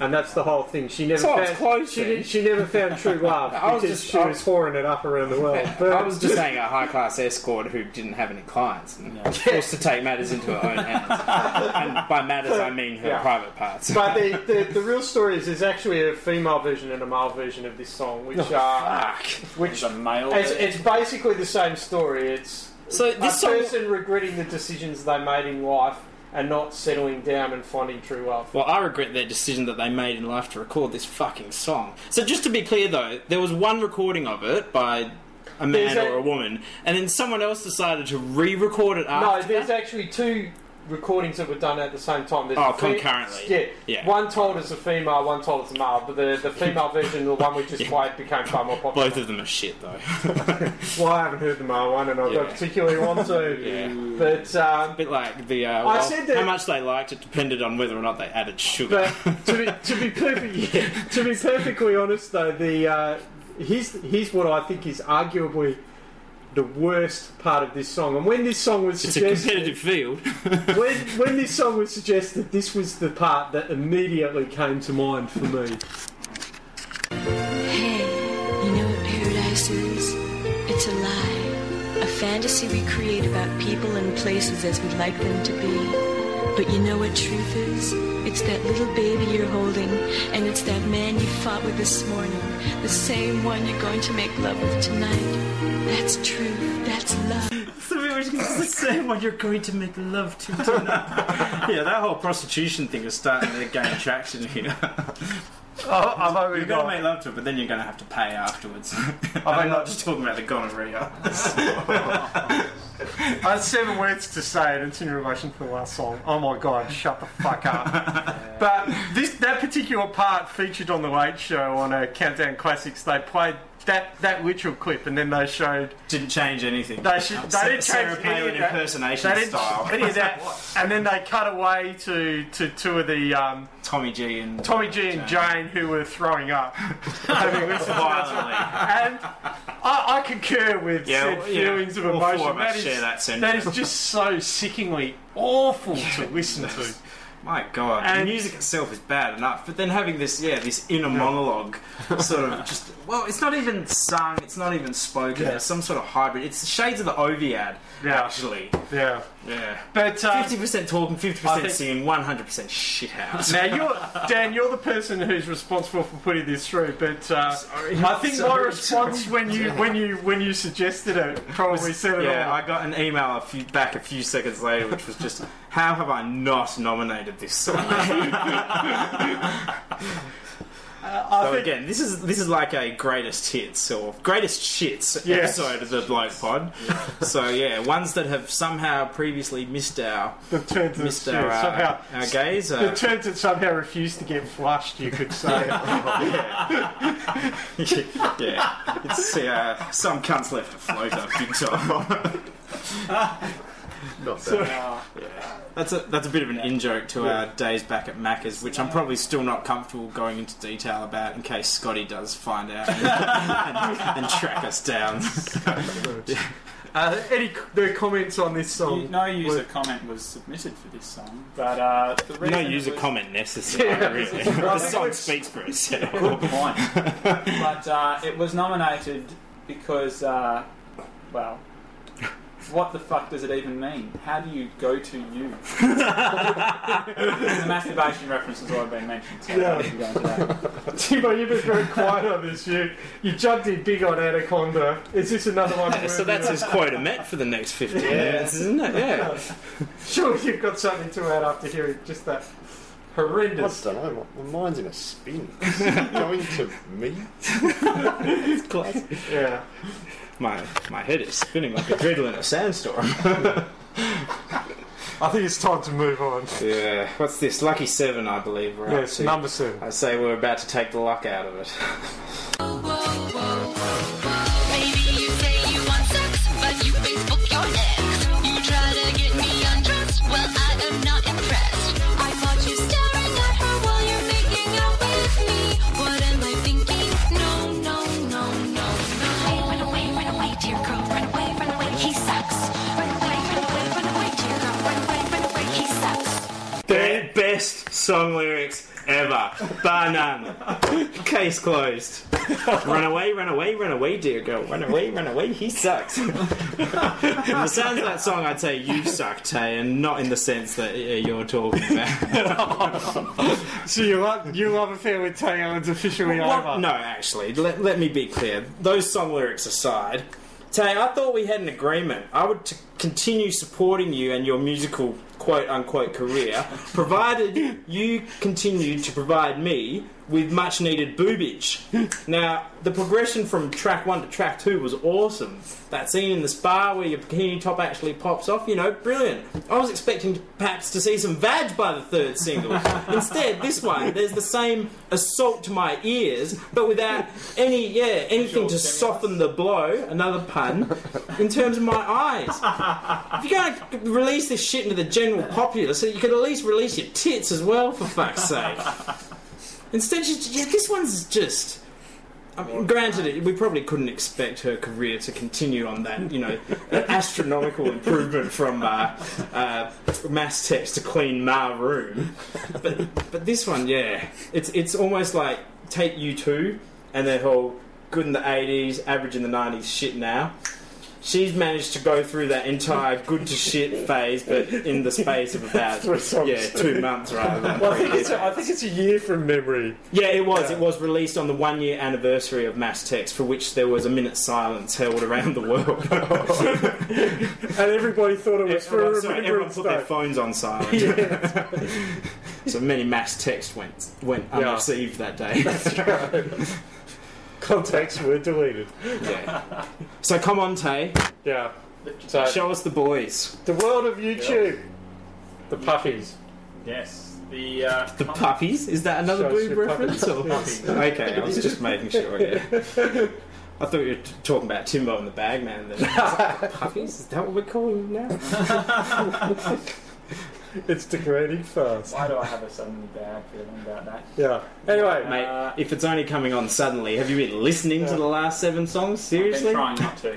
S2: and that's the whole thing. She never
S3: So I was
S2: found
S3: close
S2: she
S3: then.
S2: did, she never found
S3: [LAUGHS]
S2: true love
S3: I was
S2: because
S3: just-
S2: she
S3: I-
S2: was pouring it up around the world. But
S3: [LAUGHS] I was just saying a high class escort who didn't have any clients and was forced to take matters into her own hands. and by matters, I mean her
S2: Yeah.
S3: private parts.
S2: But the, the, the real story is there's actually a female version and a male version of this song, which
S3: Oh,
S2: are
S4: Which a male.
S2: it's, it's basically the same story. It's
S3: So
S2: a
S3: this song.
S2: person regretting the decisions they made in life and not settling down and finding true love.
S3: Well, I regret their decision that they made in life to record this fucking song. So, just to be clear though, there was one recording of it by a man
S2: There's a-
S3: or a woman, and then someone else decided to re record it
S2: No,
S3: after.
S2: there's actually two recordings that were done at the same time. There's
S3: Oh,
S2: a fe-
S3: concurrently.
S2: Yeah.
S3: Yeah.
S2: One told as a female, one told as a male, but the, the female version, the one we
S3: [LAUGHS]
S2: just played, became far more popular.
S3: Both of them are shit [LAUGHS] though.
S2: Well, I haven't heard the male one, and I
S3: Yeah.
S2: don't particularly want to.
S3: [LAUGHS] Yeah.
S2: But um,
S3: a bit like the. Uh,
S2: I
S3: well,
S2: said that-
S3: how much they liked it depended on whether or not they added sugar.
S2: but
S3: [LAUGHS]
S2: to be to be perfect to be perfectly honest though the uh, here's here's what I think is arguably the worst part of this song and when this song was
S3: it's a
S2: suggested
S3: competitive field.
S2: when, when this song was suggested this was the part that immediately came to mind for me
S1: Hey, you know what paradise is? It's a lie. A fantasy we create about people and places as we'd like them to be. But you know what truth is? It's that little baby you're holding, and it's that man you fought with this morning, the same one you're going to make love with tonight. That's truth. That's love.
S3: the
S11: [LAUGHS]
S3: same one you're going to make love to [LAUGHS] yeah, that whole prostitution thing is starting to gain traction [LAUGHS] here.
S11: Oh, I've only
S3: You're going to
S11: got.
S3: make love to it, but then you're going to have to pay [LAUGHS] afterwards.
S11: I
S3: I'm
S11: not-
S3: not just talking about the gonorrhea.
S11: I had seven words to say, and it's in relation to the last song. Oh my god, shut the fuck
S3: [LAUGHS]
S11: up. but this that particular part featured on the Late Show on a Countdown Classics. They played that that literal clip, and then they showed
S3: Didn't change anything.
S11: They should- they didn't
S3: Sarah
S11: change any
S3: Palin
S11: of that.
S3: impersonation
S11: they didn't
S3: style. [LAUGHS]
S11: any of that, and then they cut away to to two of the. Um,
S3: Tommy G and
S11: Tommy G and Jane who were throwing up. [LAUGHS] having listened to that song.
S3: Violently.
S11: and I, I concur with
S3: Yeah,
S11: said
S3: well, yeah.
S11: feelings of
S3: All four
S11: emotion.
S3: of us share that sentiment.
S11: that is just so sickeningly awful to listen to.
S3: My God,
S11: And-
S3: the music itself is bad enough, but then having this, yeah, this
S11: [LAUGHS]
S3: inner monologue, sort of just well, it's not even sung, it's not even spoken. It's some sort of hybrid. It's the shades of the Oviad,
S11: Yeah.
S3: actually.
S11: Yeah,
S3: Yeah,
S11: but um,
S3: fifty percent talking, fifty
S11: I
S3: percent
S11: think-
S3: singing, one hundred
S11: [LAUGHS]
S3: percent shithouse.
S11: now you're Dan. You're the person who's responsible for putting this through. But uh,
S3: Sorry.
S11: I think my
S3: Sorry.
S11: response when you when you when you suggested it probably said it
S3: Yeah,
S11: all.
S3: I got an email a few back a few seconds later, which was just, "How have I not nominated
S11: [LAUGHS]
S3: this song?"
S11: I
S3: So
S11: think-
S3: again, this is this is like a greatest hits or greatest shits
S11: Yes.
S3: episode of the Bloke
S11: [LAUGHS]
S3: Pod. so yeah, ones that have somehow previously missed our
S11: They've turned to
S3: missed
S11: yeah,
S3: our, uh,
S11: somehow.
S3: our gaze.
S11: The [LAUGHS]
S3: Uh,
S11: turns that somehow refused to get flushed, you could say.
S3: yeah, it's uh, some cunts left a floater big time.
S7: Not that.
S3: [LAUGHS] That's a that's a bit of an in joke to our days back at Macca's, which I'm probably still not comfortable going into detail about in case Scotty does find out and, and, and track us [LAUGHS] down.
S2: Uh, any c- the comments on this
S4: You-
S2: song?
S4: no user comment was submitted for this song, but uh, the reason it was-
S3: comment necessary. really. [LAUGHS] the song speaks for itself.
S4: Good point.
S3: [LAUGHS]
S4: but uh, it was nominated because, uh, well, what the fuck does it even mean? How do you go
S3: [LAUGHS]
S4: to you? the masturbation reference is what I've been mentioning. So
S2: Yeah.
S4: yeah. you go into
S2: [LAUGHS]
S4: that.
S2: Timo, you've been very quiet on this. You you jumped in big on Anaconda. Is this another [LAUGHS] one?
S3: Yeah, so
S2: where-
S3: that's his quota met for the next 15 minutes, isn't it? Yeah.
S2: Sure, you've got something to add after hearing just that
S7: I
S2: horrendous.
S7: don't know. My, my mind's in a spin. Is it going to me?
S2: Yeah.
S3: My, my head is spinning like a dreidel in a sandstorm.
S2: I think it's time to move on.
S3: Yeah. What's this? Lucky seven, I believe, right?
S2: Yes,
S3: So
S2: number seven.
S3: I say we're about to take the luck out of it.
S1: Maybe you say you want sex, but you Facebook your ex. You try to get me undressed, well, I am not impressed. I caught you staring at her while you're making out with me. What am I thinking? No, no, no, no, no. Run away, run away, dear girl. Run away, run away, he sucks. Run away, run away, run away, dear girl. Run away, run away, he sucks.
S3: Be- best song lyrics ever. Bar none. Case closed. Run away, run away, run away, dear girl. Run away, run away. He sucks. [LAUGHS] in the sounds of that song, I'd say you suck, Tay, and not in the sense that uh, you're talking about.
S2: So you love you love affair with Tay Allen's officially
S3: What-
S2: over.
S3: no, actually, let, let me be clear. Those song lyrics aside, Tay, I thought we had an agreement. I would t- continue supporting you and your musical quote unquote career, provided you continued to provide me with much needed boobage. Now, the progression from track one to track two was awesome. That scene in the spa where your bikini top actually pops off, you know, brilliant. I was expecting perhaps to see some vag by the third single. Instead, this one, there's the same assault to my ears, but without any, yeah, anything to soften the blow, another pun, in terms of my eyes. If you're going to release this shit into the general populace, you could at least release your tits as well, for fuck's sake. Instead, she, yeah, this one's just. I mean, granted, it- we probably couldn't expect her career to continue on that, you know, that astronomical improvement from uh, uh, mass text to clean ma room. But but this one, yeah, it's it's almost like take you two and their whole good in the '80s, average in the '90s shit now. She's managed to go through that entire good to shit phase, but in the space of about yeah two months rather than
S2: Well, I
S3: three
S2: think it's a, I think it's a year from memory.
S3: yeah, it was. It was released on the one year anniversary of Mass Text, for which there was a minute silence held around the world.
S2: [LAUGHS] And everybody thought it was for
S3: everyone, sorry, everyone
S2: remembrance
S3: put their
S2: day.
S3: phones
S2: [LAUGHS]
S3: on silent. [LAUGHS] so many Mass Text went, went
S2: Yeah.
S3: unreceived
S2: [LAUGHS]
S3: that day.
S2: Contacts were deleted.
S3: yeah. So come on, Tay.
S2: Yeah. So
S3: Show us the boys.
S2: the world of YouTube. The puppies.
S4: Yes. The uh,
S3: The puppies? Is that another
S2: Show us
S3: boob
S2: your
S3: reference? Or?
S2: puppies. [LAUGHS]
S3: Okay, I was just making sure, yeah. I thought you were t- talking about Timbo and the
S2: [LAUGHS]
S3: Bagman then. puppies? Is that what we're calling them now?
S2: It's degrading fast.
S4: why do I have a suddenly bad feeling about that?
S2: Yeah. Anyway,
S3: Mate,
S4: Uh,
S3: if it's only coming on suddenly, have you been listening to the last seven songs? Seriously?
S4: Been trying not to.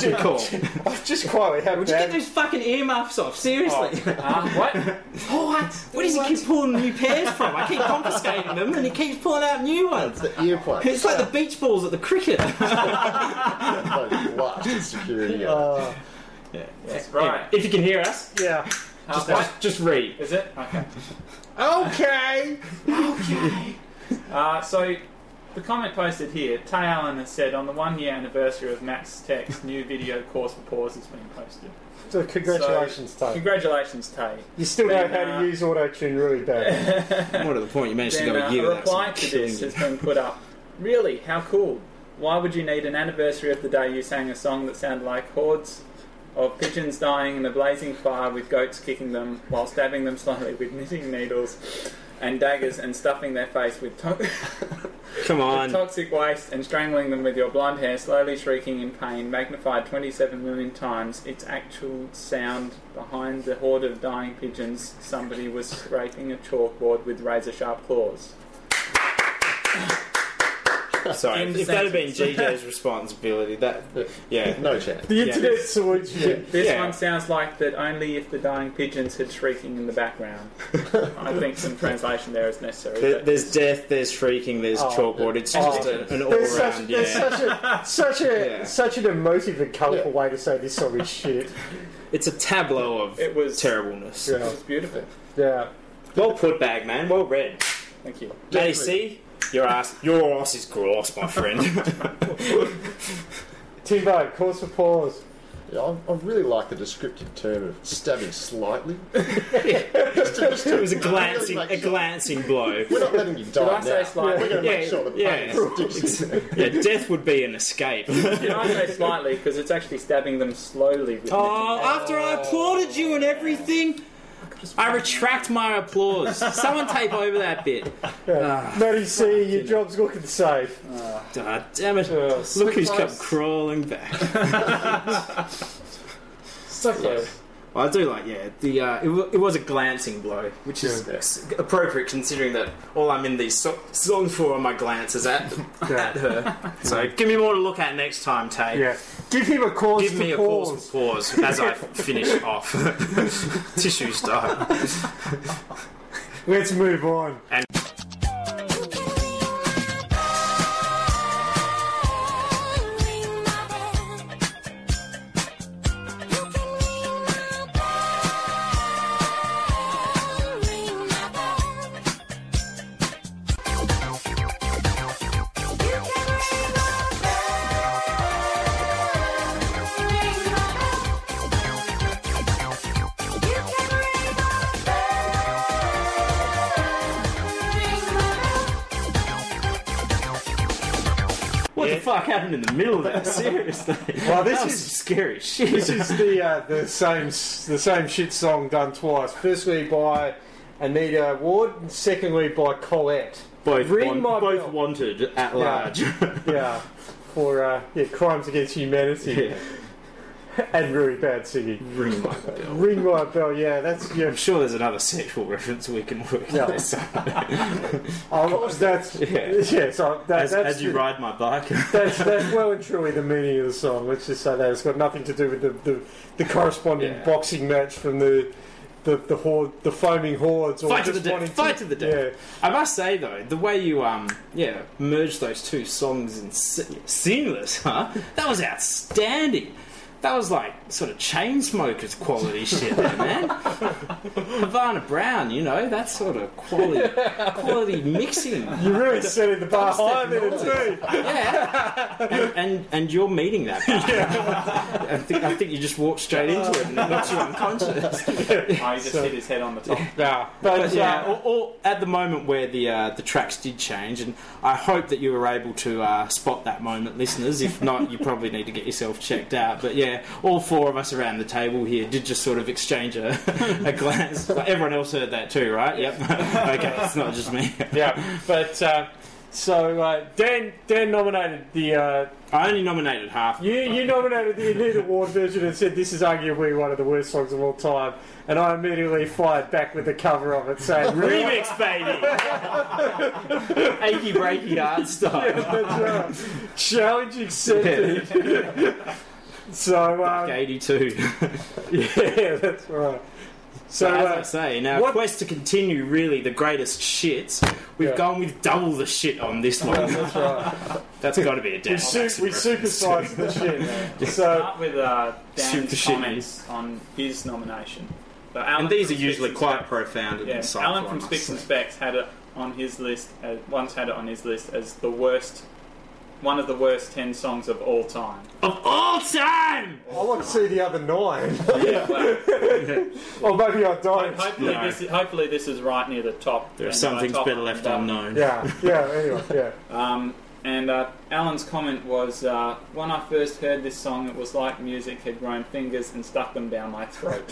S3: Good [LAUGHS] call.
S2: I've [LAUGHS] just quietly had
S3: Would you get those fucking earmuffs off? Seriously? [LAUGHS] Oh,
S4: Uh, what?
S3: what? Where does he keep pulling new pairs from? I keep confiscating them and he keeps pulling out new ones.
S7: The earplugs.
S3: It's like the beach balls at the cricket.
S7: Those blasted security. guards.
S3: [LAUGHS]
S2: Uh,
S4: Yes, right.
S3: If you can hear us,
S2: yeah.
S4: Uh,
S3: just,
S4: what?
S3: just, just read.
S4: Is it? Okay.
S2: Okay.
S4: Uh, so, the comment posted here, Tay Allen has said, on the one year anniversary of Max Tech's new video course for pause has been posted.
S2: So congratulations, Tay.
S4: Congratulations, Tay.
S2: you still know
S4: then,
S2: how to
S4: uh,
S2: use auto tune really bad.
S3: More to the point, you managed to
S4: Then
S3: go
S4: uh,
S3: a
S4: a
S3: year
S4: reply
S3: without
S4: to
S3: someone
S4: this
S3: killing
S4: has been put up. Really? How cool. Why would you need an anniversary of the day you sang a song that sounded like hordes of pigeons dying in a blazing fire with goats kicking them while stabbing them slowly with knitting needles and daggers and stuffing their face with to- [LAUGHS]
S3: you. Come
S4: with
S3: on.
S4: toxic waste and strangling them with your blonde hair, slowly shrieking in pain, magnified 27 million times, its actual sound behind the horde of dying pigeons, somebody was scraping a chalkboard with razor sharp claws.
S3: Sorry,
S4: In
S3: if that had been
S4: sentence.
S3: GJ's responsibility, that
S4: [LAUGHS]
S3: yeah,
S7: No chance.
S2: The internet sorts you.
S4: This
S3: Yeah.
S4: one sounds like that only if the dying pigeons had shrieking in the background. I think some translation there is necessary.
S3: There-
S4: but-
S3: there's death, there's shrieking,
S4: Oh,
S3: there's chalkboard. It's just a, an all
S2: There's such,
S3: round yeah. [LAUGHS]
S2: there's such a such a
S3: Yeah.
S2: such an emotive and colourful
S7: Yeah.
S2: way to say this sort of
S3: [LAUGHS]
S2: shit.
S3: It's a tableau of
S4: It was-
S3: terribleness.
S2: Yeah,
S4: It was beautiful.
S2: yeah.
S3: Well put, bag man. Well read.
S4: Thank you.
S3: Matty C, your ass, your ass is gross,
S2: [LAUGHS]
S3: my friend.
S2: Timbo, cause for pause.
S7: Yeah, I, I really like the descriptive term of stabbing slightly. [LAUGHS] Just to- just to-
S3: it was a glancing,
S7: Really
S3: a
S7: make sure-
S3: glancing
S2: [LAUGHS]
S3: blow.
S7: We're not letting you
S4: Did I
S7: die
S4: say
S7: now.
S4: slightly?
S7: We're going to
S3: Yeah,
S7: make sure the
S3: yeah.
S7: pain sticks.
S3: Yeah, death would be
S2: [LAUGHS]
S3: an escape.
S4: Can I say slightly because it's actually stabbing them slowly. With
S3: Oh, after I applauded you and everything, I retract my
S2: [LAUGHS]
S3: applause. Someone tape over that bit.
S2: Yeah. Matty C, your job's looking safe.
S3: God damn it.
S2: Yeah.
S3: Look who's come crawling back.
S2: So close.
S3: Well, I do like, yeah, the uh, it, w- it was a glancing blow, which is
S7: Yeah.
S3: s- appropriate considering that all I'm in these so- songs for are my glances [LAUGHS] at, at her. So give me more to look at next time, Tay.
S2: Yeah. Give him a cause
S3: Give
S2: to
S3: me a
S2: pause.
S3: pause for pause as I finish [LAUGHS] off. Tissue style.
S2: Let's move on.
S3: What the fuck happened in the middle of [LAUGHS] that? Seriously.
S2: Well, this
S3: That was
S2: is-
S3: some scary shit.
S2: This is the uh, the same s- the same shit song done twice. Firstly by Anita Ward, and secondly by Colette.
S3: both,
S2: Ring
S3: want-
S2: my
S3: both
S2: bell.
S3: wanted at [LAUGHS] large.
S2: Yeah, for uh, yeah, crimes against humanity
S3: Yeah.
S2: and really bad singing.
S3: Ring my bell.
S2: Ring my bell. Yeah, that's yeah.
S3: I'm sure there's another sexual reference we can work
S2: Yeah.
S3: on this.
S2: I'll, that's yeah.
S3: Yeah.
S2: so that,
S3: As,
S2: that's
S3: as you
S2: the-
S3: ride my bike. [LAUGHS]
S2: That's, that's well and truly the meaning of the song. Let's just say that it's got nothing to do with the, the, the corresponding
S3: Yeah.
S2: boxing match from the the the, horde, the foaming hordes. Or
S3: Fight to the
S2: just
S3: death,
S2: wanting
S3: fight to the death.
S2: Yeah,
S3: I must say though, the way you um yeah merge those two songs in se- seamless, huh? That was outstanding. That was like sort of chain smokers quality shit, there, man. Havana Brown, you know that sort of quality quality mixing.
S2: you really setting the bar high there too.
S3: Yeah. And, and and you're
S2: [LAUGHS]
S3: meeting that. bar. I think I think you just walked straight into it and it knocks you unconscious.
S4: I just hit his head on the top.
S2: Nah, but,
S3: But yeah,
S2: yeah,
S3: or, or at the moment where the uh, the tracks did change, and I hope that you were able to uh, spot that moment, listeners. If not, you probably need to get yourself checked out. But yeah, all four of us around the table here did just sort of exchange a, [LAUGHS] a glance. Like, everyone else heard that too, right? Yep. [LAUGHS] okay, it's not just me.
S2: yeah, but. Uh, so uh, Dan Dan nominated the uh,
S3: I only nominated half.
S2: you you nominated the Anita Ward version and said this is arguably one of the worst songs of all time, and I immediately fired back with the cover of it
S3: [LAUGHS]
S2: saying really
S3: Remix, baby. Achy breaky art style.
S2: That's right. Challenge
S3: [LAUGHS]
S2: accepted. so, um,
S3: Eighty-two.
S2: [LAUGHS] yeah, that's right. So,
S3: So as I
S2: uh,
S3: say, now
S2: what-
S3: quest to continue really the greatest shits. We've
S2: Yeah.
S3: gone with double the shit on this one.
S2: that's right.
S3: [LAUGHS] That's got to be a
S2: We,
S3: death.
S2: su- we supersized the
S3: [LAUGHS]
S2: shit. So,
S4: Start with uh,
S3: Shoot the
S4: Dan's
S3: shit,
S4: comments on his nomination. So Alan
S3: And these are
S4: from Spicks
S3: usually
S4: and
S3: quite
S4: Specks-
S3: profound and
S4: Yeah,
S3: insightful.
S4: Alan
S3: I
S4: from
S3: must
S4: Spicks and
S3: say.
S4: Specks had it on his list. As, once had it on his list as the worst, one of the worst ten songs of all time.
S3: of all time.
S2: I want to see the other [LAUGHS] nine.
S4: Well,
S2: or maybe I don't.
S4: hopefully,
S3: No.
S4: this, hopefully this is right near the top.
S3: There are
S4: and
S3: some
S4: I
S3: things
S4: top
S3: better
S4: and
S3: left
S4: bottom.
S3: unknown.
S2: Yeah, yeah, anyway, yeah.
S4: Um, and uh, Alan's comment was, uh, "When I first heard this song, it was like music had grown fingers and stuck them down my throat."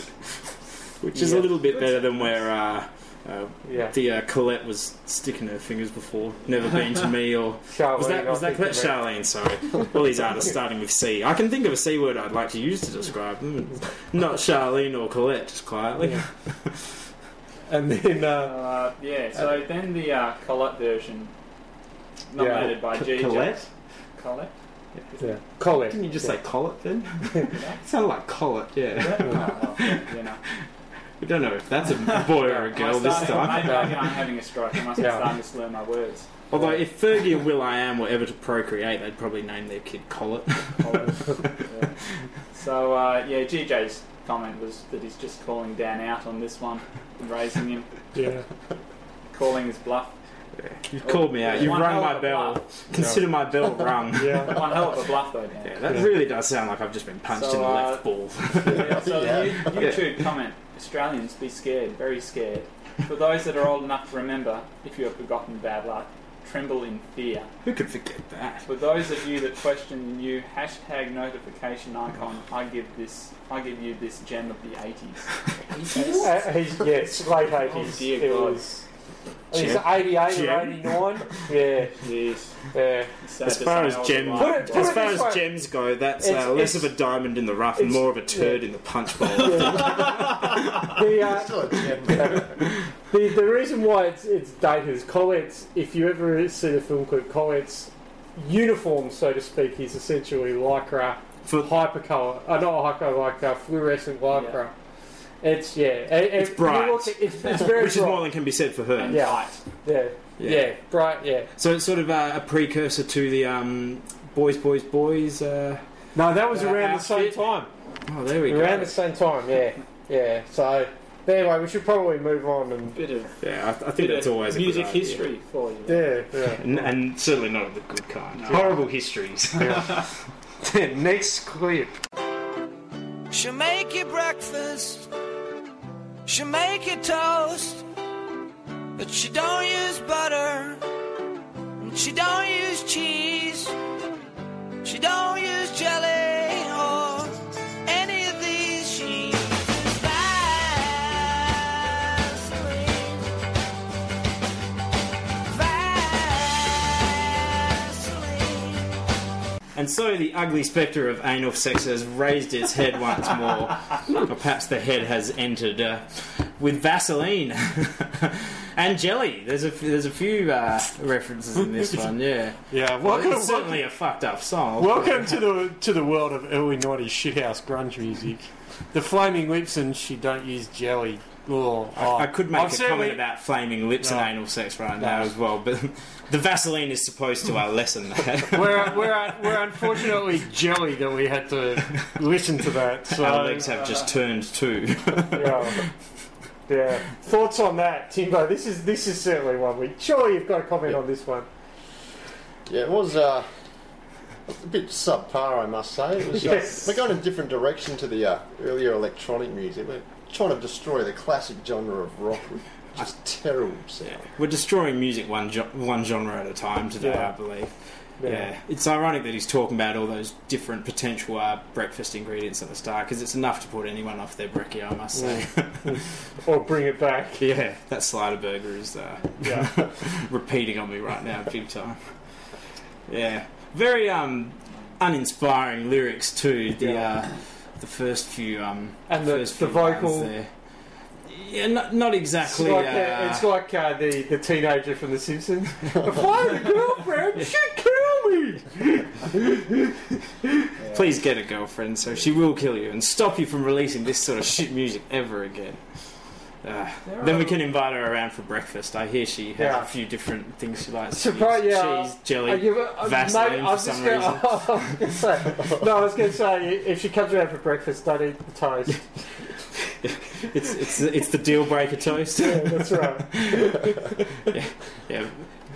S3: which is a little bit better than where. Uh, uh,
S2: Yeah.
S3: the uh, Colette was sticking her fingers before. Never been
S4: [LAUGHS]
S3: to me, or
S2: Charlene,
S3: was that was
S2: I
S3: that
S2: think
S3: Colette? Charlene? Sorry, all these artists starting with C. I can think of a C word I'd like to use to describe them. It's Not Charlene or Colette, just quietly.
S2: [LAUGHS] And then, uh,
S4: Uh, yeah, so then the uh, Colette version uh, nominated by G. J.
S3: Colette? [LAUGHS]
S4: Colette?
S2: Yeah. Colette.
S3: Can you just say Collet
S4: [LAUGHS]
S3: then? [LAUGHS] it sounded like Collet, yeah.
S4: Oh, well,
S3: [LAUGHS]
S4: you know.
S3: We don't know if that's a boy or a
S4: [LAUGHS] Am I
S3: girl this
S4: starting-
S3: time.
S4: Maybe I'm having a stroke. I must be
S2: Yeah.
S4: starting to slur
S3: [LAUGHS]
S4: my words.
S3: Although, if Fergie and Will I Am were ever to procreate, they'd probably name their kid Collet.
S4: Yeah. So uh, yeah, GJ's comment was that he's just calling Dan out on this one, and raising him,
S2: Yeah.
S4: calling his bluff.
S3: [LAUGHS] You've called me out. You've
S4: One
S3: rung
S4: hell of
S3: my
S4: a
S3: bell.
S4: bluff.
S3: Consider my bell
S4: [LAUGHS]
S3: rung.
S2: [LAUGHS] Yeah.
S4: One hell of a bluff, though, Dan.
S3: Yeah, that really does sound like I've just been punched
S4: So,
S3: in the
S4: uh,
S3: left ball.
S4: Yeah, so
S7: Yeah.
S4: You, YouTube comment: Australians be scared, very scared. For those that are old enough to remember, if you have forgotten bad luck, tremble in fear.
S3: [LAUGHS] Who could forget that?
S4: For those of you that question the new hashtag notification icon, I give this, I give you this gem of the eighties.
S2: Uh, he's, yes, late 80s.
S4: dear
S2: it
S4: God.
S2: was. He's 88 or 89. Yeah,
S4: Yes.
S2: [LAUGHS] yeah.
S3: As far as gem,
S2: Put it-
S3: as
S2: put it
S3: far
S2: this
S3: as
S2: way.
S3: gems go, that's
S2: It's-
S3: uh, less
S2: it's-
S3: of a diamond in the rough and
S2: it's-
S3: more of a turd in the punch
S2: [LAUGHS]
S3: bowl.
S2: The, uh,
S7: Still a gem.
S2: the, the reason why it's, it's dated is Collette's, if you ever see the film clip, Collette's uniform, so to speak, is essentially lycra,
S3: For-
S2: hypercolor, uh, not hypercolor, like uh, fluorescent lycra. It's, yeah. and- and
S3: It's
S2: if you
S3: bright.
S2: look at- It's, it's very
S3: [LAUGHS] Which is
S2: bright.
S3: more than can be said for her.
S2: yeah. Yeah. yeah. bright, yeah.
S3: So it's sort of uh, a precursor to the um, boys, boys, boys. Uh,
S2: No, that was
S3: Uh,
S2: around the same
S3: outfit.
S2: time.
S3: oh, there we
S2: Around
S3: go.
S2: the same time, yeah. Yeah, so... but Anyway, we should probably move on and...
S4: bit of
S3: Yeah, I, I think
S4: bit
S3: that's
S4: of
S3: always a
S4: music
S3: good idea.
S4: history for you.
S2: Yeah, yeah.
S3: [LAUGHS] and, and certainly not of the good kind. Horrible histories.
S2: Next clip.
S8: She'll make you breakfast. She'll make you toast. But she don't use butter. And she don't use cheese. She don't use jelly or any of these. She uses Vaseline. Vaseline.
S3: And so the ugly spectre of anal sex has raised its head once
S2: [LAUGHS]
S3: more. or perhaps the head has entered uh, with Vaseline [LAUGHS] and jelly. There's a, there's a few uh, references in this
S2: [LAUGHS]
S3: one, yeah.
S2: Yeah,
S3: it's certainly a fucked up song.
S2: Welcome to the to the world of early '90s shithouse grunge music. The Flaming Lips and she don't use jelly. Oh, oh.
S3: I could make
S2: I've
S3: a
S2: certainly- Oh.
S3: comment about flaming lips
S2: No.
S3: and anal sex right now as well, but [LAUGHS] the Vaseline is supposed to
S2: [LAUGHS]
S3: uh, lessen that.
S2: We're, we're, we're unfortunately jelly that we had to listen to that. So
S3: [LAUGHS] Our legs have just
S2: [LAUGHS]
S3: turned too.
S2: yeah. yeah. Thoughts on that, Timbo? This is this is certainly one we. Surely you've got a comment on this one.
S7: Yeah, it was uh, a bit subpar, I must say. It was, uh,
S2: Yes.
S7: we're going in a different direction to the uh, earlier electronic music. We're trying to destroy the classic genre of rock with just terrible sound.
S3: We're destroying music one jo- one genre at a time today,
S2: Yeah.
S3: I believe. Yeah. it's ironic that he's talking about all those different potential uh, breakfast ingredients at the start because it's enough to put anyone off their brekkie, I must say.
S2: [LAUGHS] Or bring it back.
S3: [LAUGHS] yeah, that slider burger is uh,
S2: Yeah.
S3: repeating on me right now, big time. Yeah, very um, uninspiring lyrics too. The
S2: Yeah.
S3: uh, the first few um,
S2: And the-
S3: first
S2: the
S3: few lines
S2: vocal-
S3: There. Yeah, not, not
S2: It's
S3: exactly.
S2: like,
S3: uh,
S2: uh, it's like uh, the, the teenager from The Simpsons. [LAUGHS] If I had a girlfriend, she'd kill me!
S3: Please get a girlfriend, so she will kill you and stop you from releasing this sort of shit music ever again. Uh, then we can invite her around for breakfast. I hear she has
S2: Yeah.
S3: a few different things she likes:
S2: Surprise-
S3: cheese,
S2: yeah.
S3: cheese, jelly.
S2: Are you- uh,
S3: Vaseline
S2: mate,
S3: for
S2: I was
S3: some
S2: just gonna- [LAUGHS] I was gonna say- no, I was going to say, if she comes around for breakfast, don't eat the toast.
S3: It's, it's it's the
S2: [LAUGHS]
S3: deal breaker toast.
S2: Yeah, that's
S3: [LAUGHS]
S2: right.
S3: yeah,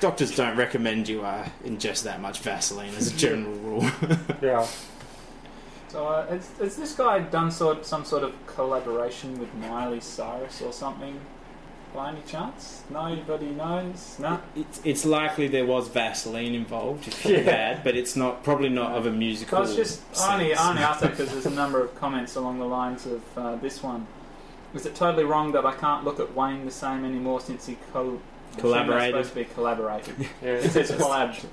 S3: doctors don't recommend you uh, ingest that much Vaseline as a general rule.
S2: Yeah.
S4: So uh, has, has this guy done sort some sort of collaboration with Miley Cyrus or something? By any chance? Nobody knows. No.
S3: it's it's likely there was Vaseline involved, if you
S2: Yeah.
S3: had, but it's not probably not of a musical.
S4: I was just I
S3: [LAUGHS]
S4: only,
S3: sense.
S4: I only asked that because there's a number of comments along the lines of uh, this one. Is it totally wrong that I can't look at Wayne the same anymore since he co-
S3: Collaborated.
S4: It's supposed
S3: [LAUGHS]
S4: to be collaborated.
S2: yeah.
S4: It says collabed.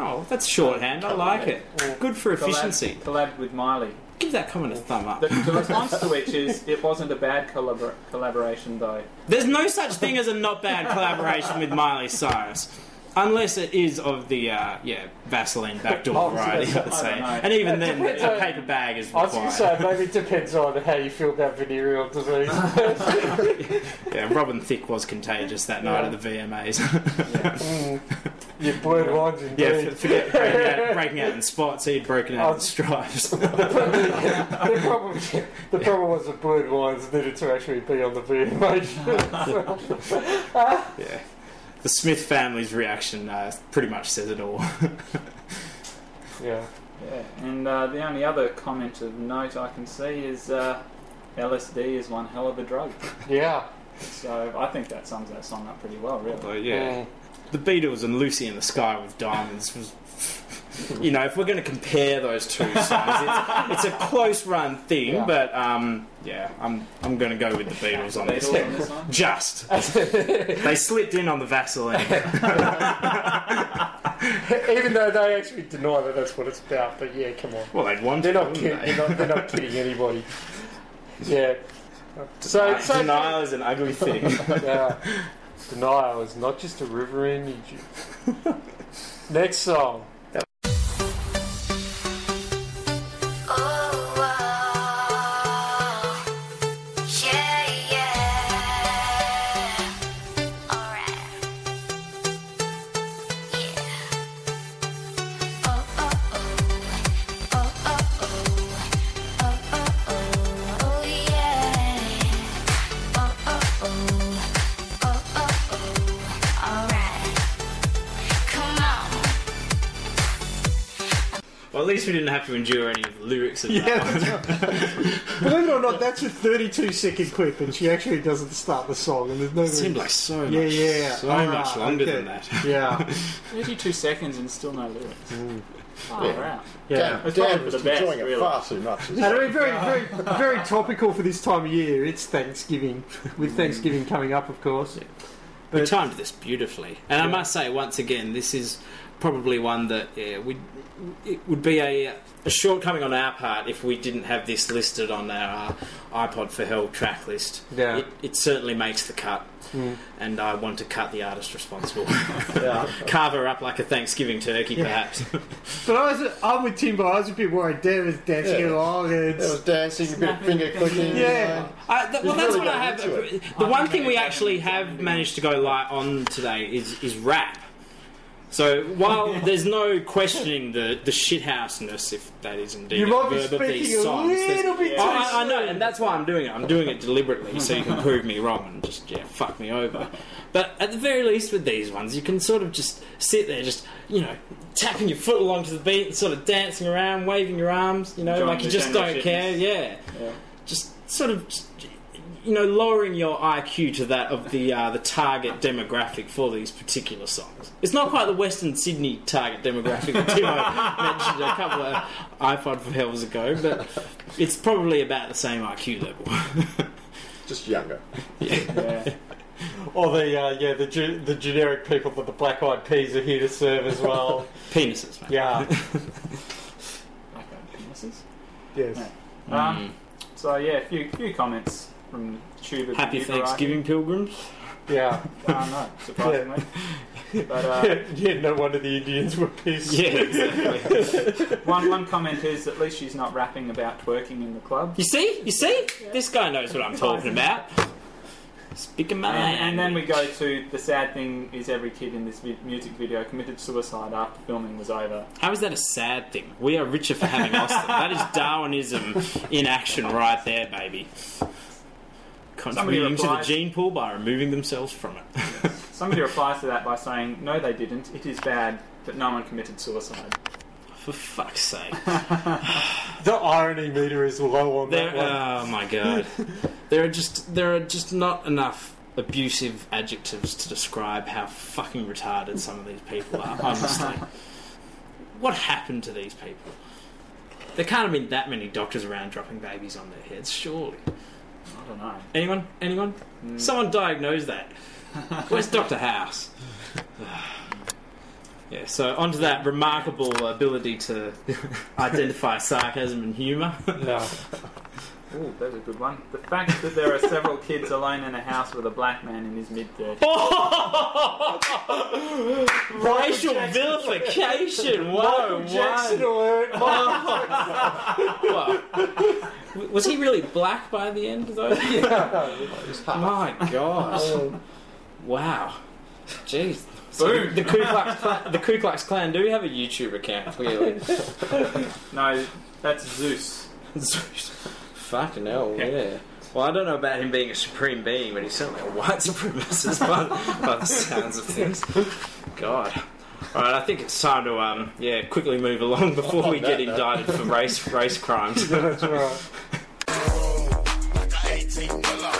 S3: Oh, that's shorthand. I like it. Good for efficiency.
S4: Collabed, collabed with Miley.
S3: Give that comment a thumb up.
S4: The, the response to which is it wasn't a bad collabor- collaboration though.
S3: There's no such thing as a not bad collaboration with Miley Cyrus. Unless it is of the uh, yeah Vaseline backdoor
S2: Oh,
S3: variety,
S2: yes,
S3: I'd say,
S4: don't know.
S3: and even then,
S2: Depends
S3: a
S2: on-
S3: paper bag is
S2: I was going
S3: required.
S2: to say, maybe it depends on how you feel about venereal
S3: [LAUGHS]
S2: disease.
S3: yeah, Robin Thicke was contagious that night at the [LAUGHS] VMAs.
S2: Mm. Your blurred lines indeed.
S3: yeah,
S2: [LAUGHS]
S3: f- forget breaking out, breaking out in spots, he'd broken out in
S2: [LAUGHS]
S3: stripes. [LAUGHS]
S2: the, problem, the problem was the blurred lines needed to actually be on the VMA.
S3: yeah, the Smith family's reaction uh, pretty much says it all.
S2: yeah.
S4: Yeah, and uh, the only other comment of note I can see is uh, LSD is one hell of a drug.
S2: Yeah.
S4: So I think that sums that song up pretty well, really.
S3: So, yeah. the Beatles and Lucy in the Sky with Diamonds was. You know, if we're going to compare those two songs, it's, it's a close run thing,
S2: Yeah.
S3: but um, yeah, I'm I'm going to go with the Beatles on
S4: They
S3: this
S4: do on
S3: one.
S4: this
S3: [LAUGHS]
S4: one.
S3: Just they slipped in on the Vaseline.
S2: Hmm. Even though they actually deny that that's what it's about, but yeah, come on.
S3: Well, they'd want
S2: They're
S3: to,
S2: not,
S3: wouldn't
S2: kid-
S3: they?
S2: they're not, they're not kidding anybody. Yeah. So, so
S3: [LAUGHS] Denial is an ugly thing.
S2: yeah. Denial is not just a river in Egypt.
S3: [LAUGHS]
S2: Next song.
S1: Come on.
S3: well, at least we didn't have to endure any of the lyrics of that.
S2: Yeah, believe it or not, that's a 32 second clip, and she actually doesn't start the song, and there's no.
S3: It seemed like so much,
S2: Yeah, yeah,
S3: so
S2: alright,
S3: much longer
S2: okay.
S3: than that. [LAUGHS]
S2: yeah,
S4: 32 seconds and still no lyrics. Far
S7: Yeah.
S4: out.
S7: Dan,
S4: It's
S7: Dan
S4: probably
S7: was
S4: for the best,
S7: enjoying it
S4: really.
S7: far
S4: [LAUGHS]
S7: too much.
S2: and I mean, very, very, very topical for this time of year. It's Thanksgiving, with Thanksgiving coming up, of course.
S3: We timed this beautifully, and I must say once again, this is probably one that yeah, we it would be a, a shortcoming on our part if we didn't have this listed on our uh, iPod for Hell track list.
S2: Yeah. Hmm.
S3: It, it certainly makes the cut, and I want to cut the artist responsible.
S2: [LAUGHS] Yeah.
S3: Carve her up like a Thanksgiving turkey, perhaps.
S2: But I was, I'm with Timbo. I was a bit worried. Dan was dancing
S7: Yeah.
S2: along, and
S7: There was dancing, a bit of finger clicking.
S2: yeah,
S3: I, th- well, that's
S7: really
S3: what I
S7: got
S3: have.
S7: into
S3: The one thing we actually have managed to go light on today is is rap. So while there's no questioning the the shithouseness, if that is indeed
S2: you
S3: a
S2: might be
S3: verb of
S2: speaking
S3: these
S2: a
S3: songs, there's-
S2: little bit too.
S3: Oh, I, I know, and that's why I'm doing it. I'm doing it deliberately so you can prove me wrong and just yeah, fuck me over. But at the very least, with these ones, you can sort of just sit there, just you know, tapping your foot along to the beat and sort of dancing around, waving your arms, you know,
S4: Enjoying
S3: like you
S4: the
S3: just
S4: general
S3: don't
S4: shitness.
S3: care. Yeah.
S4: Yeah.
S3: just sort of. Just, you know, lowering your IQ to that of the uh, the target demographic for these particular songs. It's not quite the Western Sydney target demographic that Timo [LAUGHS] mentioned a couple of iPod for hells ago, but it's probably about the same IQ level. [LAUGHS]
S7: Just younger.
S4: Yeah.
S2: Or the uh, yeah, the ge- the generic people that the Black Eyed Peas are here to serve as well.
S3: Penises, man.
S2: yeah.
S4: Like a penises.
S2: [LAUGHS] Yes.
S3: Mm.
S4: Um, so yeah, a few, few comments from Tuber.
S3: Happy
S4: Computer
S3: Thanksgiving, pilgrims.
S4: [LAUGHS]
S2: Yeah. [LAUGHS]
S4: Arcade. Uh, no,
S3: [LAUGHS]
S4: surprisingly. But uh,
S2: yeah. No wonder the Indians were pissed.
S3: Yeah, exactly.
S4: one, one comment is at least she's not rapping about twerking in the club.
S3: you see, you see, this guy knows what I'm talking about. Speaking my
S4: And, and then we
S3: language.
S4: go to the sad thing is every kid in this vi- music video committed suicide after filming was over.
S3: How is that a sad thing? We are richer for having lost them. That is Darwinism in action right there, baby. Contributing to the
S4: replied-
S3: gene pool by removing themselves from it.
S4: Somebody replies to that by saying, "No, they didn't. It is bad, but no one committed suicide."
S3: For fuck's sake.
S2: The irony meter is low on
S3: There,
S2: that one. [LAUGHS]
S3: oh my god. There are just there are just not enough abusive adjectives to describe how fucking retarded some of these people are,
S2: [LAUGHS]
S3: honestly. what happened to these people? There can't have been that many doctors around dropping babies on their heads, surely.
S4: I don't know.
S3: Anyone? Anyone?
S2: Mm.
S3: Someone diagnose that. Where's
S2: [LAUGHS]
S3: Doctor House? [SIGHS] yeah. So onto
S2: [LAUGHS]
S3: that uh, remarkable ability to identify sarcasm and humour.
S2: Yeah.
S4: Ooh, that was a good one. The fact that there are several kids alone in a house with a black man in his mid 30s.
S3: Racial [LAUGHS] vilification. Whoa,
S2: Jackson
S3: whoa.
S2: alert.
S3: [LAUGHS] Whoa. Was he really black by the end, though? [LAUGHS] My gosh. Wow. Um, Jeez. So
S4: Boom.
S3: The Ku Klux Klan, the Ku Klux Klan do have a YouTube account, [LAUGHS] clearly.
S4: No, that's Zeus.
S3: [LAUGHS] Fucking hell, yeah. Well, I don't know about him being a supreme being, but he's certainly a white [LAUGHS] supremacist by, by the sounds of things. God. All right, I think it's time to um, yeah, quickly move along before we get indicted for race race crimes. [LAUGHS]
S9: like a 18 wheeler.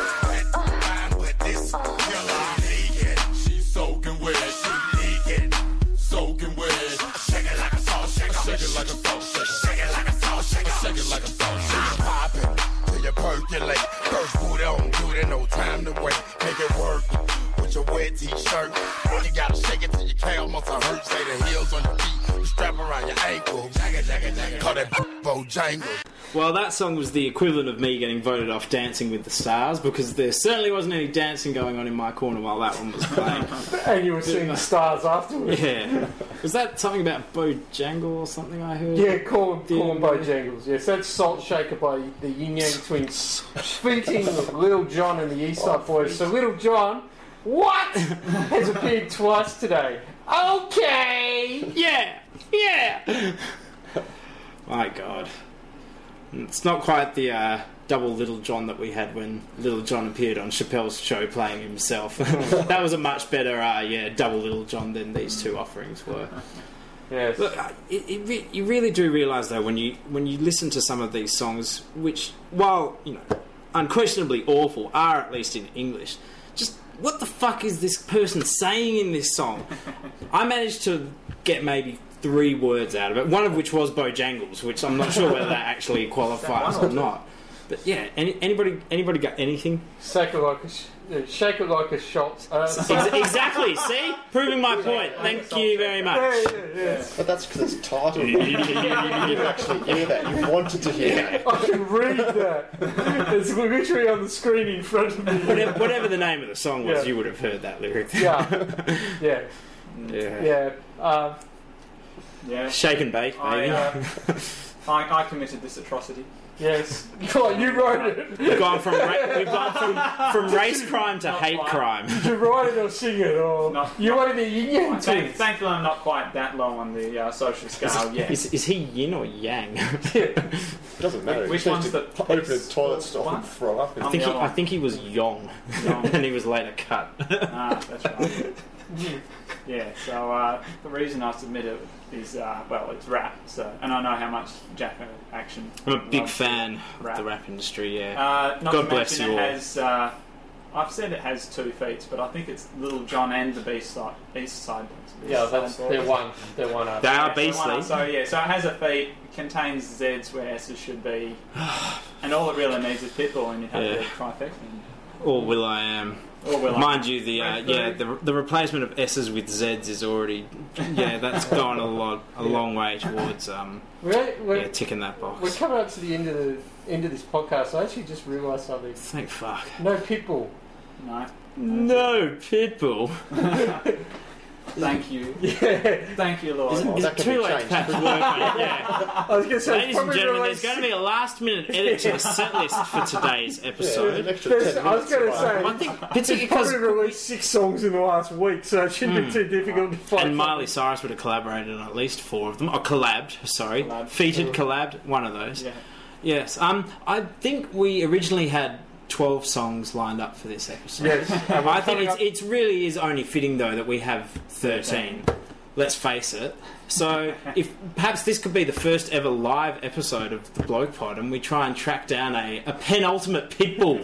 S9: Combined with this killer. Naked, she's soaking wet. She naked, soaking wet. Shake it like a salt shaker. Shake it like a salt shaker. Shake it like a salt shaker. Shake it like a salt shaker. Pop it till you percolate. First boot on, dude, ain't no time to wait. Make it work. With your wet t-shirt, you gotta shake it till your calf muscle hurt. Say the heels on your feet, the strap around your ankle. Jagger, jagger, jagger. Call that Bojangles.
S3: well, that song was the equivalent of me getting voted off Dancing with the Stars because there certainly wasn't any dancing going on in my corner while that one was playing.
S2: and you were seeing the stars afterwards.
S3: [LAUGHS] yeah, was that something about Bojangle or something I heard?
S2: Yeah, call, call him Bojangles. Yes, that's Salt Shaker by the Yin Yang
S3: [LAUGHS]
S2: Twins. Featuring Little John and the East
S3: Oh,
S2: Side Boys. So Little John, what? [LAUGHS] Has appeared twice today. Okay!
S3: Yeah, yeah. My God, it's not quite the uh, double Little John that we had when Little John appeared on Chappelle's show playing himself. [LAUGHS] that was a much better, uh, yeah, double Little John than these two offerings were.
S2: Yes.
S3: Look, I- uh, it, it re- you really do realise though when you when you listen to some of these songs, which while you know unquestionably awful, are at least in English. Just what the fuck is this person saying in this [LAUGHS] song? I managed to get maybe three words out of it, one of which was Bojangles, which I'm not sure whether that [LAUGHS] actually qualifies or not. But yeah, any, anybody anybody got anything?
S2: Shake it like a, sh- uh, shake it like a shot. Uh,
S3: [LAUGHS] Ex- exactly. See, proving my point. Thank you very much.
S2: yeah, yeah.
S7: But that's because it's titled. you didn't actually hear that. You wanted to hear that.
S2: I can read that. It's literally on the screen in front of me.
S3: Whatever, whatever the name of the song was,
S2: Yeah.
S3: you would have heard that lyric.
S2: Yeah,
S3: [LAUGHS]
S2: yeah, yeah. Um,
S4: Yeah.
S3: Shake and bake,
S4: I,
S3: baby.
S4: uh,
S3: [LAUGHS]
S4: I, I committed this atrocity.
S2: yes. [LAUGHS] Oh, you wrote it.
S3: we've gone from ra- we've gone from, [LAUGHS] from race crime to hate crime.
S2: You write it or sing it or
S4: No.
S2: you wanted the yin yang
S4: Thank,
S2: twins.
S4: thankfully, I'm not quite that low on the uh, social
S3: Oh,
S4: scale yet.
S3: Is, is he yin or yang?
S7: It doesn't matter.
S4: Which
S7: You
S4: one's
S7: just
S4: the
S7: open the
S4: piss?
S7: toilet stall
S4: What?
S7: and throw up?
S3: I
S4: I'm
S3: think
S4: the
S3: he,
S4: other
S3: I
S4: one.
S3: think he was yong, [LAUGHS] and he was later cut.
S4: Ah, that's right. yeah, so uh, the reason I submit it is, uh, well, it's rap, so, and I know how much Jacko Action.
S3: I'm a big
S4: loves
S3: fan of
S4: Rap.
S3: the rap industry. Yeah,
S4: Uh, not
S3: God
S4: to
S3: bless
S4: mention
S3: you
S4: it
S3: all.
S4: has. Uh, I've said it has two feats, but I think it's Little John and the Beast Side. East Side.
S2: [LAUGHS] Yeah, that's they're one. They're one up.
S3: they are
S4: Yeah, so one-
S3: beastly.
S4: So yeah, so it has a feat, contains Z's where S's
S2: [SIGHS]
S4: should be, and all it really needs is Pitbull, and you have the
S3: Yeah.
S4: trifecta.
S3: Or will I am?
S4: Or will
S3: Mind you, the uh,
S4: Red
S3: yeah
S4: food.
S3: the, the replacement of s's with z's is already yeah that's gone a lot a long way towards um
S2: We're, we're,
S3: yeah ticking that
S2: we're
S3: box.
S2: coming up to the end of the end of this podcast. I actually just realised something.
S3: Thank fuck.
S2: No pitbull.
S4: I? No.
S3: No pitbull.
S4: Thank you.
S2: [LAUGHS] Yeah,
S4: Thank you, Lord.
S3: Is
S7: that
S3: it
S7: could
S3: too
S7: be
S3: late to
S7: changed.
S3: patch work, [LAUGHS] mate? Yeah.
S2: I was going to say.
S3: Ladies and gentlemen, there's going to be a last minute edit to the set list for today's
S7: There's
S3: episode.
S7: an extra 10
S2: I was
S7: minutes.
S2: going to say.
S3: I think
S2: It's
S3: particularly
S2: [LAUGHS] probably
S3: because
S2: released six songs in the last week, so it shouldn't be too difficult to find.
S3: Hmm. and Miley Cyrus would have collaborated on at least four of them, or collabed, sorry,
S4: Collabed.
S3: featured, collabed, one of those.
S4: Yeah.
S3: Yes, um, I think we originally had twelve songs lined up for this episode.
S2: Yes.
S3: [LAUGHS] I think it's, it's really is only fitting though that we have thirteen. Let's face it. So, if perhaps this could be the first ever live episode of the Bloke Pod, and we try and track down a, a penultimate pitbull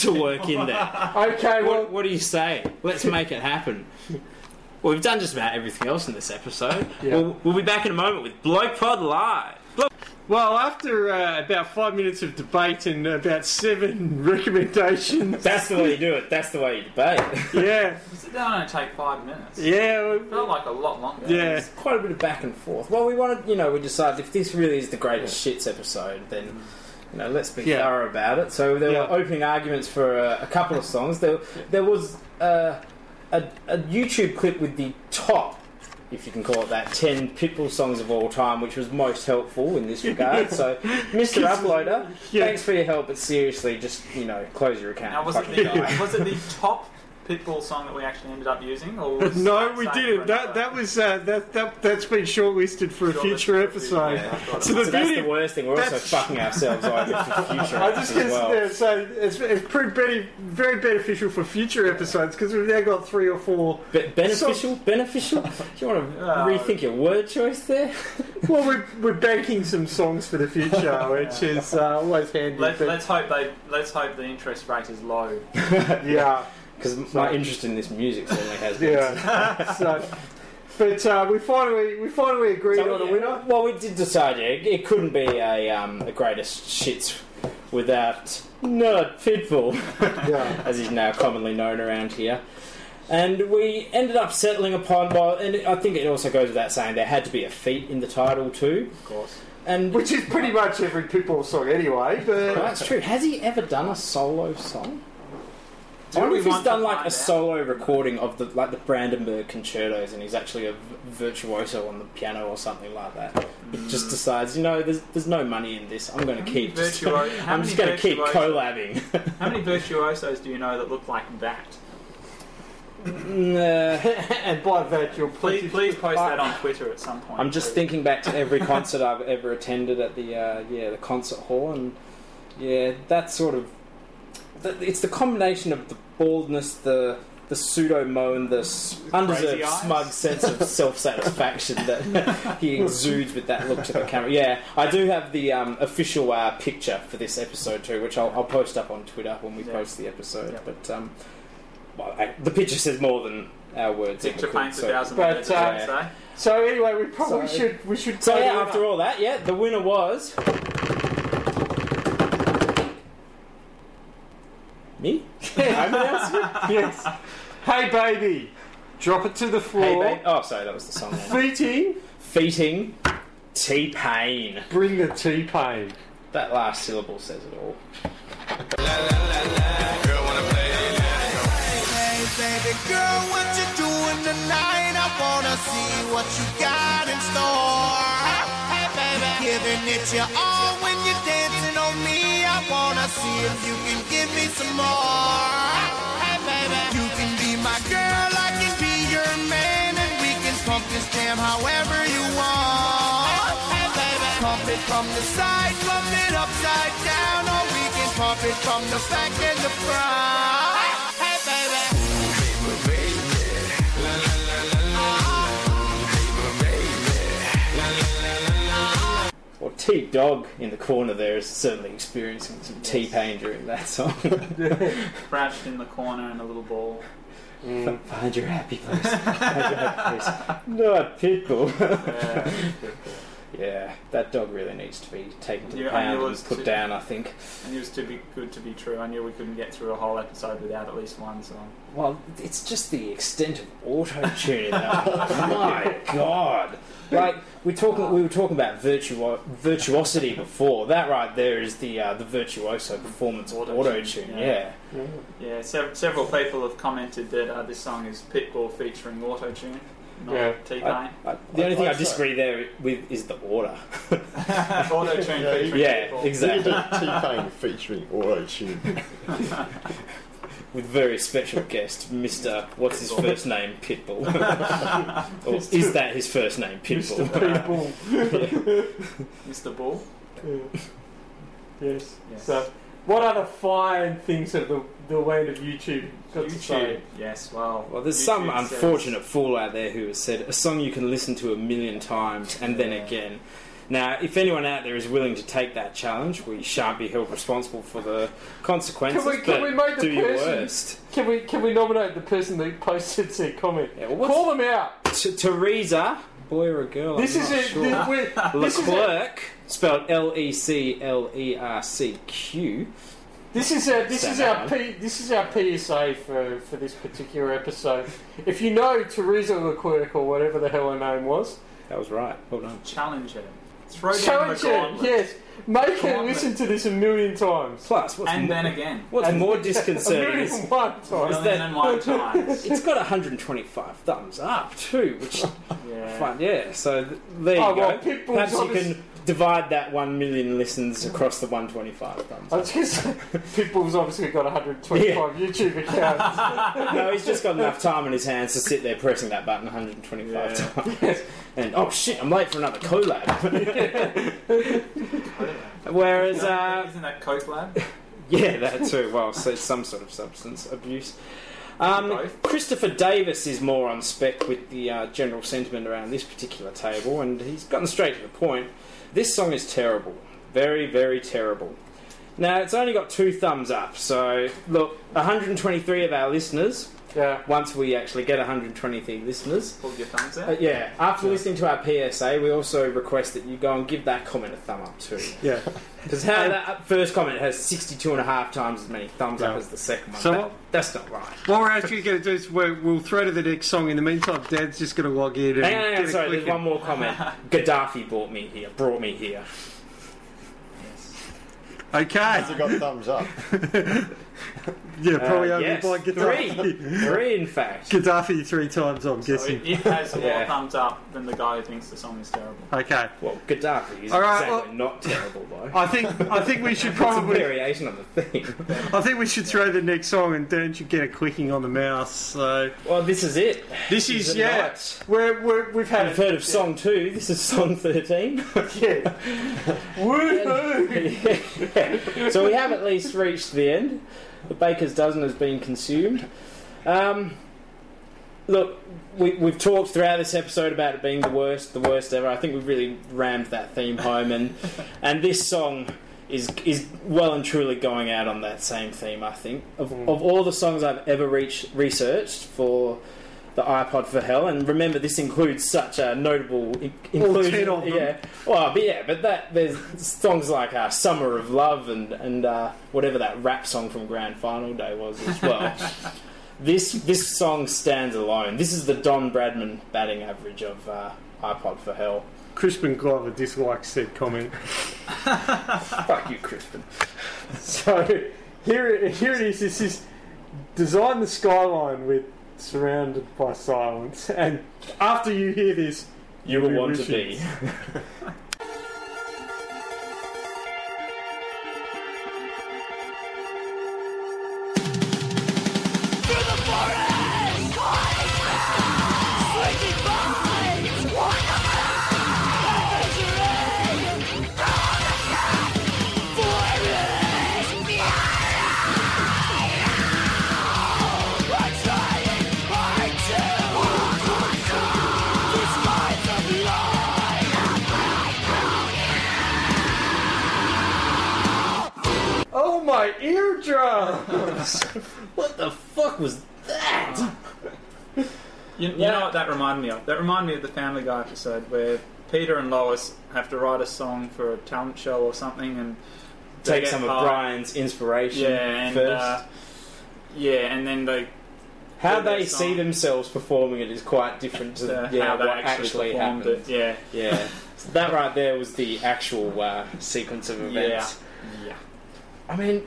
S3: to work in there.
S2: Okay,
S3: What,
S2: well,
S3: what do you say? Let's make it happen. Well, we've done just about everything else in this episode.
S2: Yeah.
S3: We'll, we'll be back in a moment with Bloke Pod Live.
S2: well, after uh, about five minutes of debate and about seven [LAUGHS]
S3: [LAUGHS]
S2: recommendations,
S3: That's the way you do it. That's the way you debate.
S2: yeah,
S4: Sit down and take five minutes.
S2: yeah,
S4: Felt like a lot longer.
S2: yeah.
S3: quite a bit of back and forth. Well, we wanted, you know, we decided if this really is the greatest shits episode, then you know, let's be
S12: Yeah.
S3: thorough about it. So there
S12: Yeah.
S3: were opening arguments for uh, a couple of songs. There, there was uh, a, a YouTube clip with the top, if you can call it that, ten Pitbull songs of all time, which was most helpful in this
S2: [LAUGHS]
S3: regard. so, Mr. Uploader, thanks for your help, but seriously, just you know, close your account.
S4: Now, was it
S3: Fuck
S4: the
S3: you guy.
S4: was it the top Pitbull song that we actually ended up using?
S2: [LAUGHS]
S4: Or was
S2: No, we
S4: Save
S2: didn't.
S4: Red
S2: That
S4: Flag?
S2: that was uh, that that that's been shortlisted for a
S4: Sure,
S2: future
S4: that's-
S2: episode.
S4: yeah, I've got it.
S2: So the
S3: [LAUGHS] so that's
S2: beauty.
S3: the worst thing. We're also
S2: that's-
S3: fucking ourselves
S2: [LAUGHS]
S3: over for future
S2: I just
S3: apps
S2: guess
S3: as well.
S2: yeah, so it's, it's pretty bene- very beneficial for future episodes because we've now got three or four.
S3: Be- beneficial, beneficial. Do you want to
S4: [LAUGHS] Uh,
S3: rethink your word choice there?
S2: Well, we're, we're banking some songs for the
S3: [LAUGHS]
S2: future, which is uh, always handy.
S4: Let,
S2: but-
S4: let's hope they. Let's hope the interest rate is low.
S3: [LAUGHS]
S2: yeah.
S3: Because my interest in this music certainly has been.
S2: Yeah. so, but uh, we finally we finally agreed
S3: So,
S2: on a
S3: yeah, [LAUGHS]
S2: winner.
S3: Well, we did decide yeah, it, it couldn't be a um, the greatest shits without Nerd Pitbull,
S2: Yeah.
S3: as he's now commonly known around here. And we ended up settling upon, well, and I think it also goes without saying, there had to be a feat in the title too.
S4: Of course.
S3: And
S2: Which is pretty much every Pitbull song anyway.
S3: Well,
S2: But
S3: that's true. Has he ever done a solo song?
S4: Do
S3: I wonder
S4: we
S3: if he's
S4: want to
S3: done like a
S4: find out?
S3: solo recording of the like the Brandenburg concertos, and he's actually a v- virtuoso on the piano or something like that. He just decides, you know, there's there's no money in this. I'm going to keep.
S4: virtuo- how
S3: I'm
S4: Hmm. many
S3: just going to keep
S4: virtuoso-
S3: collabing. [LAUGHS]
S4: How many virtuosos do you know that look like that?
S3: Nah.
S2: [LAUGHS] and by that you'll
S4: Please, please post
S3: I-
S4: that on Twitter at some point.
S3: I'm just
S4: please.
S3: thinking back to
S4: [LAUGHS]
S3: every concert I've ever attended at the uh, yeah the concert hall, and yeah, that sort of th- it's the combination of the baldness, the the pseudo moan, the s- undeserved
S4: eyes.
S3: smug sense
S4: [LAUGHS]
S3: of self satisfaction that he exudes with that look to the camera. Yeah, I do have the um, official uh, picture for this episode too, which I'll, I'll post up on Twitter when we
S4: Yeah.
S3: post the episode.
S4: Yeah.
S3: But um, well, I, the picture says more than our words. ever
S4: Picture
S3: could,
S4: paints a
S3: so- uh,
S4: thousand
S2: But,
S4: words, as they say.
S2: So anyway, we probably
S3: So-
S2: should we should.
S3: So
S2: play
S3: yeah,
S2: the
S3: after all that, yeah, the winner was me. I pronounced it.
S2: winner. yes. Hey baby, drop it to the
S3: Hey,
S2: floor.
S3: babe. Oh, sorry, that was the song.
S2: Feety,
S3: Feeting T Pain.
S2: bring the tea pain.
S3: That last syllable says it all.
S8: Baby girl, what you doing tonight? I wanna see what you got in store. Hey, baby, giving it your all when you're dancing on me. I wanna see if you can give me some more. Hey, baby, you can be my girl, I can be your man, and we can pump this jam however you want. Hey, baby, pump it from the side, pump it upside down, or we can pump it from the back and the front. Hey, baby.
S3: Well, T Dog in the corner there is certainly experiencing some T Pain during that song.
S4: Crouched in the corner in a little ball.
S3: [LAUGHS] Find your happy place. Find your happy place. Not [LAUGHS] Pitbull.
S4: Yeah.
S3: yeah, that dog really needs to be taken to the
S4: Yeah, and
S3: pound
S4: it
S3: and
S4: was
S3: put
S4: too-
S3: down. I think.
S4: I knew it was too be good to be true. I knew we couldn't get through a whole episode without at least one song.
S3: Well, it's just the extent of auto tuning. [LAUGHS] My God! Like we talking, we were talking about virtuo- virtuosity before. That right there is the uh, the virtuoso performance
S4: Auto-tune,
S3: auto tune.
S4: yeah.
S3: Yeah.
S4: Yeah, sev- several people have commented that uh, this song is Pitbull featuring auto tune, not
S2: Yeah.
S4: [LAUGHS] T-Pain.
S3: I- the only thing I
S7: I'd say-
S3: disagree there with is the
S4: [LAUGHS]
S3: order.
S2: [LAUGHS]
S4: auto tune
S7: Yeah,
S4: featuring
S3: yeah,
S4: Pitbull.
S7: You
S3: exactly.
S7: can do T-Pain featuring auto-tune.
S3: with very special guest, Mister. What's his first name? Pitbull.
S4: [LAUGHS]
S3: or is that his first name? Pitbull.
S2: People.
S3: [LAUGHS]
S4: Mr. Bull.
S2: Yes.
S4: Yes.
S2: So, what other fine things have the, the land of YouTube got to
S4: YouTube.
S2: say?
S4: Yes, well.
S3: Well, there's
S4: YouTube
S3: some
S4: says-
S3: unfortunate fool out there who has said a song you can listen to a million times and then
S4: Yeah.
S3: again. Now, if anyone out there is willing to take that challenge, we shan't be held responsible for the consequences.
S2: Can we- can
S3: but
S2: we make the
S3: do your
S2: person-
S3: worst?
S2: Can we can we nominate the person that posted their comment?
S3: Yeah, well, what's-
S2: Call them out.
S3: T- Teresa, boy or a girl?
S2: This
S3: I'm
S2: is
S3: not
S2: it.
S3: Sure.
S2: This, we're- this is it.
S3: Leclerc, spelled L E C L E R C Q.
S2: This is our
S3: [LAUGHS]
S2: this is our
S3: Stand
S2: P, this is our PSA for, for this particular episode. If you know Teresa Leclerc or whatever the hell her name was,
S3: That was right. Hold on.
S4: Challenge her. Throw
S2: Show
S4: down
S2: it
S4: the
S2: to him,
S4: gauntlet.
S2: yes. Make
S4: Gauntlet.
S2: him listen to this a million times.
S3: Plus, what's,
S4: And
S3: more,
S4: then again.
S3: what's
S2: And-
S3: more
S2: A million
S3: disconcerting is
S2: [LAUGHS] and one times.
S4: Million
S3: [LAUGHS]
S4: and one times.
S3: it's got 125 thumbs up too,
S2: [LAUGHS]
S3: which
S4: Yeah.
S3: fun. Yeah, so th- there you
S2: Oh, well,
S3: go.
S2: Pitbull's
S3: Perhaps you
S2: obvious-
S3: can divide that one million listens across the 125 thumbs.
S2: I
S3: Up.
S2: was going to say, [LAUGHS] Pitbull's obviously got 125
S3: [LAUGHS]
S2: YouTube accounts.
S3: No, he's just got enough time in his hands to sit there pressing that button 125 times. And oh shit, I'm late for another collab.
S2: [LAUGHS]
S3: Whereas, uh,
S4: Isn't that Coke Lab?
S3: yeah, [LAUGHS] that too. Well, so it's some sort of substance abuse. Um,
S4: Both.
S3: Christopher Davis is more on spec with the uh, general sentiment around this particular table, and he's gotten straight to the point. This song is terrible. Very, very terrible. Now, it's only got two thumbs up, so look, 123 of our listeners,
S2: Yeah.
S3: once we actually get 123 listeners,
S4: Pulled your thumbs
S3: uh,
S4: out.
S3: yeah, after listening to our PSA, we also request that you go and give that comment a thumb up too.
S11: Yeah.
S3: Because
S11: Um,
S3: how that uh, first comment has 62 and a half times as many thumbs up
S11: Yeah.
S3: as the second one.
S11: So
S3: That-
S11: what-
S3: that's not right.
S11: What we're actually going to do is we're, we'll throw to the next song. In the meantime, Dad's just going to log in. And
S3: Hang on, hang
S11: get
S3: on,
S11: a
S3: sorry,
S11: click
S3: there's
S11: in.
S3: one more
S11: [LAUGHS]
S3: comment. Gaddafi brought me here, brought me here.
S11: Okay.
S7: got thumbs up.
S11: Yeah, probably
S3: Uh,
S11: only
S3: yes.
S11: by [LAUGHS]
S3: Three.
S11: Gaddafi.
S3: Three, in fact.
S11: Gaddafi three times, I'm
S4: So it,
S11: guessing.
S4: it
S3: [LAUGHS]
S4: has more
S3: Yeah.
S4: thumbs up than the guy who thinks the song is terrible.
S11: Okay.
S3: Well, Gaddafi is
S11: All right,
S3: exactly
S11: well-
S3: not terrible, though.
S11: [LAUGHS] I think I think we should
S3: [LAUGHS] It's a
S11: probably
S3: variation of the theme.
S11: I think we should throw the next song and Dan should get a clicking on the mouse. So
S3: well, this is it.
S11: this is
S3: it
S11: yeah.
S3: not?
S2: We're, we're, we've had
S3: I've heard of song two. This is song 13.
S2: Yeah. Woohoo!
S3: [LAUGHS] so we have at least reached the end. The baker's dozen has been consumed. Um, look, we, we've talked throughout this episode about it being the worst, the worst ever. I think we've really rammed that theme home, and and this song. Is, is well and truly going out on that same theme, I think. Of, of all the songs I've ever reach, researched for the iPod for Hell, and remember this includes such a notable in-
S11: All
S3: inclusion.
S11: 10 of them.
S3: Yeah, well, but yeah, but that there's songs like uh, "Summer of Love" and and uh, whatever that rap song from Grand Final Day was as well. this this song stands alone. This is the Don Bradman batting average of uh, iPod for Hell.
S11: Crispin Glover dislikes said comment.
S3: Fuck you, Crispin.
S2: So here, it- here it is. This is design the skyline with surrounded by silence. And after you hear this,
S3: You will want to be.
S2: wishes. Oh my eardrum!
S3: What the fuck was that?
S4: You, you know what that reminded me of? That reminded me of the Family Guy episode where Peter and Lois have to write a song for a talent show or something, and they
S3: Take
S4: get
S3: some of
S4: hired.
S3: Brian's inspiration
S4: Yeah, and
S3: first.
S4: uh, yeah, and then they
S3: how
S4: do that
S3: they see
S4: song.
S3: themselves performing it is quite
S4: [LAUGHS]
S3: different to
S4: uh,
S3: yeah,
S4: how they
S3: what actually
S4: actually performed
S3: happened.
S4: it. Yeah, [LAUGHS]
S3: Yeah, So that right there was the actual uh, sequence of events.
S4: yeah.
S3: I mean,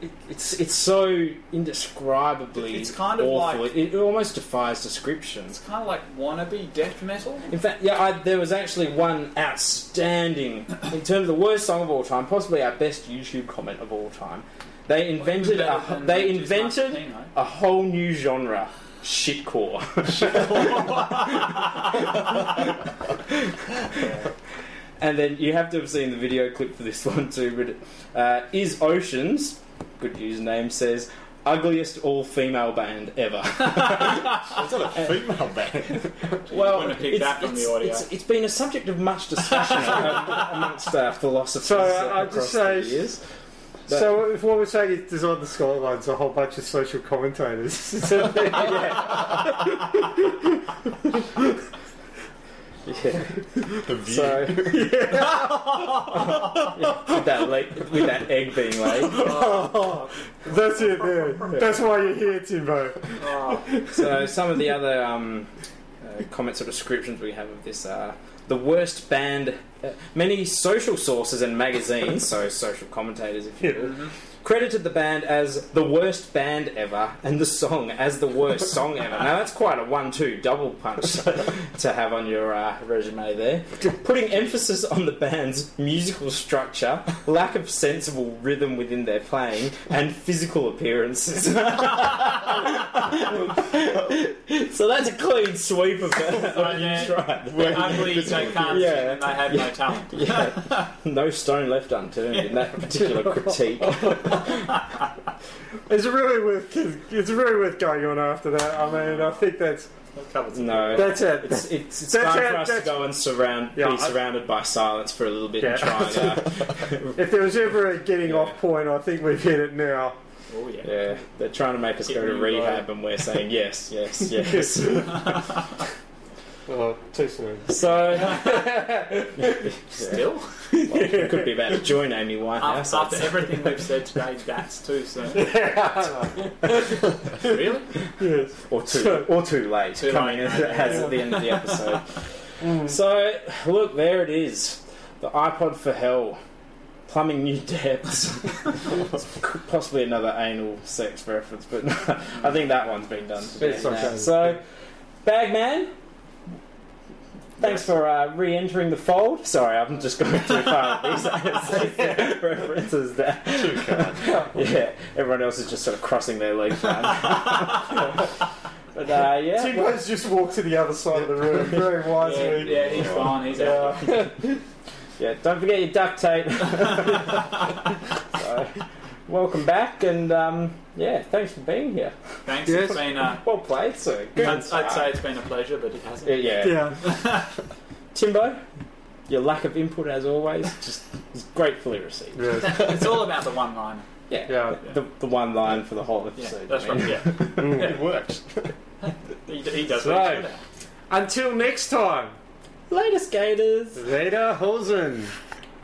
S3: it, it's it's so indescribably
S4: It's kind of
S3: awful.
S4: like-
S3: it, it almost defies description.
S4: It's kind of like wannabe death metal.
S3: In fact, yeah, I, there was actually one outstanding in terms of the worst song of all time, possibly our best YouTube comment of all time. They invented
S4: better
S3: a,
S4: than
S3: they
S4: Too Smart to
S3: invented
S4: Pino.
S3: a whole new genre, shitcore. [LAUGHS] and then you have to have seen the video clip for this one too. But uh, is Oceans, good username, says ugliest all-female band ever.
S7: It's
S3: [LAUGHS]
S7: not a female band.
S3: Well,
S4: wouldn't have picked that from the audio.
S3: it's- it's been a subject of much discussion [LAUGHS] amongst uh, philosophers
S11: So, uh,
S3: uh,
S11: I'd
S3: across
S11: just say-
S3: the years.
S11: So if what we're saying is design the skylines, a whole bunch of social
S2: [LAUGHS]
S11: commentators.
S3: Yeah.
S7: The view.
S3: So, with that le- with that egg being laid.
S11: That's it there. That's why you're here, Timbo.
S3: So some of the other um, uh, comments or descriptions we have of this are the worst band uh, many social sources and magazines, so social commentators, if you will, credited the band as the worst band ever and the song as the worst song ever. Now that's quite a one-two double punch to have on your uh, resume there, putting emphasis on the band's musical structure, lack of sensible rhythm within their playing, and physical appearances. [LAUGHS] so that's a clean sweep of it.
S4: Oh, yeah.
S3: Right. [LAUGHS]
S4: They're ugly, they can't
S3: Yeah.
S4: sing, and they have no talent.
S3: Yeah. no stone left unturned in that particular
S2: [LAUGHS]
S3: critique.
S2: It's really worth it's really worth going on after that. I mean, I think that's
S4: That covers it.
S3: No.
S2: that's it.
S3: it's it's, it's
S2: That's
S3: time
S2: it,
S3: for us to
S2: that's-
S3: go and surround,
S2: Yeah,
S3: be
S2: I-
S3: surrounded by silence for a little bit and
S2: Yeah.
S3: try
S2: [LAUGHS]
S3: and, uh,
S2: If there was ever a getting off point, I think we've hit it now.
S4: Oh, yeah.
S3: yeah, they're trying to make us go to
S4: Get me right.
S3: rehab, and we're saying yes,
S2: [LAUGHS]
S3: yes, yes.
S2: Oh, too soon. [LAUGHS]
S3: so [LAUGHS]
S4: Still?
S3: we could be about to join Amy Whitehouse.
S4: After, after everything we've said today, that's
S3: [LAUGHS]
S4: too soon. really?
S2: [LAUGHS] Yes.
S3: or too or too late
S4: Too
S3: coming
S4: late,
S3: as it has at the end of
S2: [LAUGHS]
S3: the episode.
S2: Mm.
S3: So look, there it is, the iPod for hell, plumbing new depths. [LAUGHS] Possibly another anal sex reference, but [LAUGHS] no, I think that one's been done. Today
S2: It's okay.
S3: now. So, Bagman. Thanks for uh, re-entering the fold. Sorry, I'm just going too far
S4: [LAUGHS]
S3: with these [LAUGHS] references there. [LAUGHS] yeah, everyone else is just sort of crossing their legs.
S4: [LAUGHS]
S3: around. but uh, yeah,
S2: Timbo's just walked to the other side of the room very
S4: Yeah,
S2: wisely.
S4: yeah, he's fine, he's out.
S2: Yeah.
S3: Yeah, don't forget your duct tape. so, welcome back, and um, yeah, thanks for being here.
S4: [LAUGHS] Thanks, it's been a,
S3: Well played, sir. Good.
S4: I'd, I'd say it's been a pleasure, but it hasn't.
S3: Yeah, yeah.
S2: Yeah.
S3: Timbo, your lack of input, as always, just is gratefully received.
S2: Yes.
S4: It's all about the one liner.
S3: Yeah.
S2: Yeah.
S3: The, the one line for the whole
S4: Yeah,
S3: [LAUGHS] episode.
S4: that's
S3: I mean.
S4: right. Yeah,
S7: It worked.
S4: he, he does.
S2: So-
S4: what he's good at.
S2: Until next time.
S3: Later, skaters.
S2: Later, Hosen.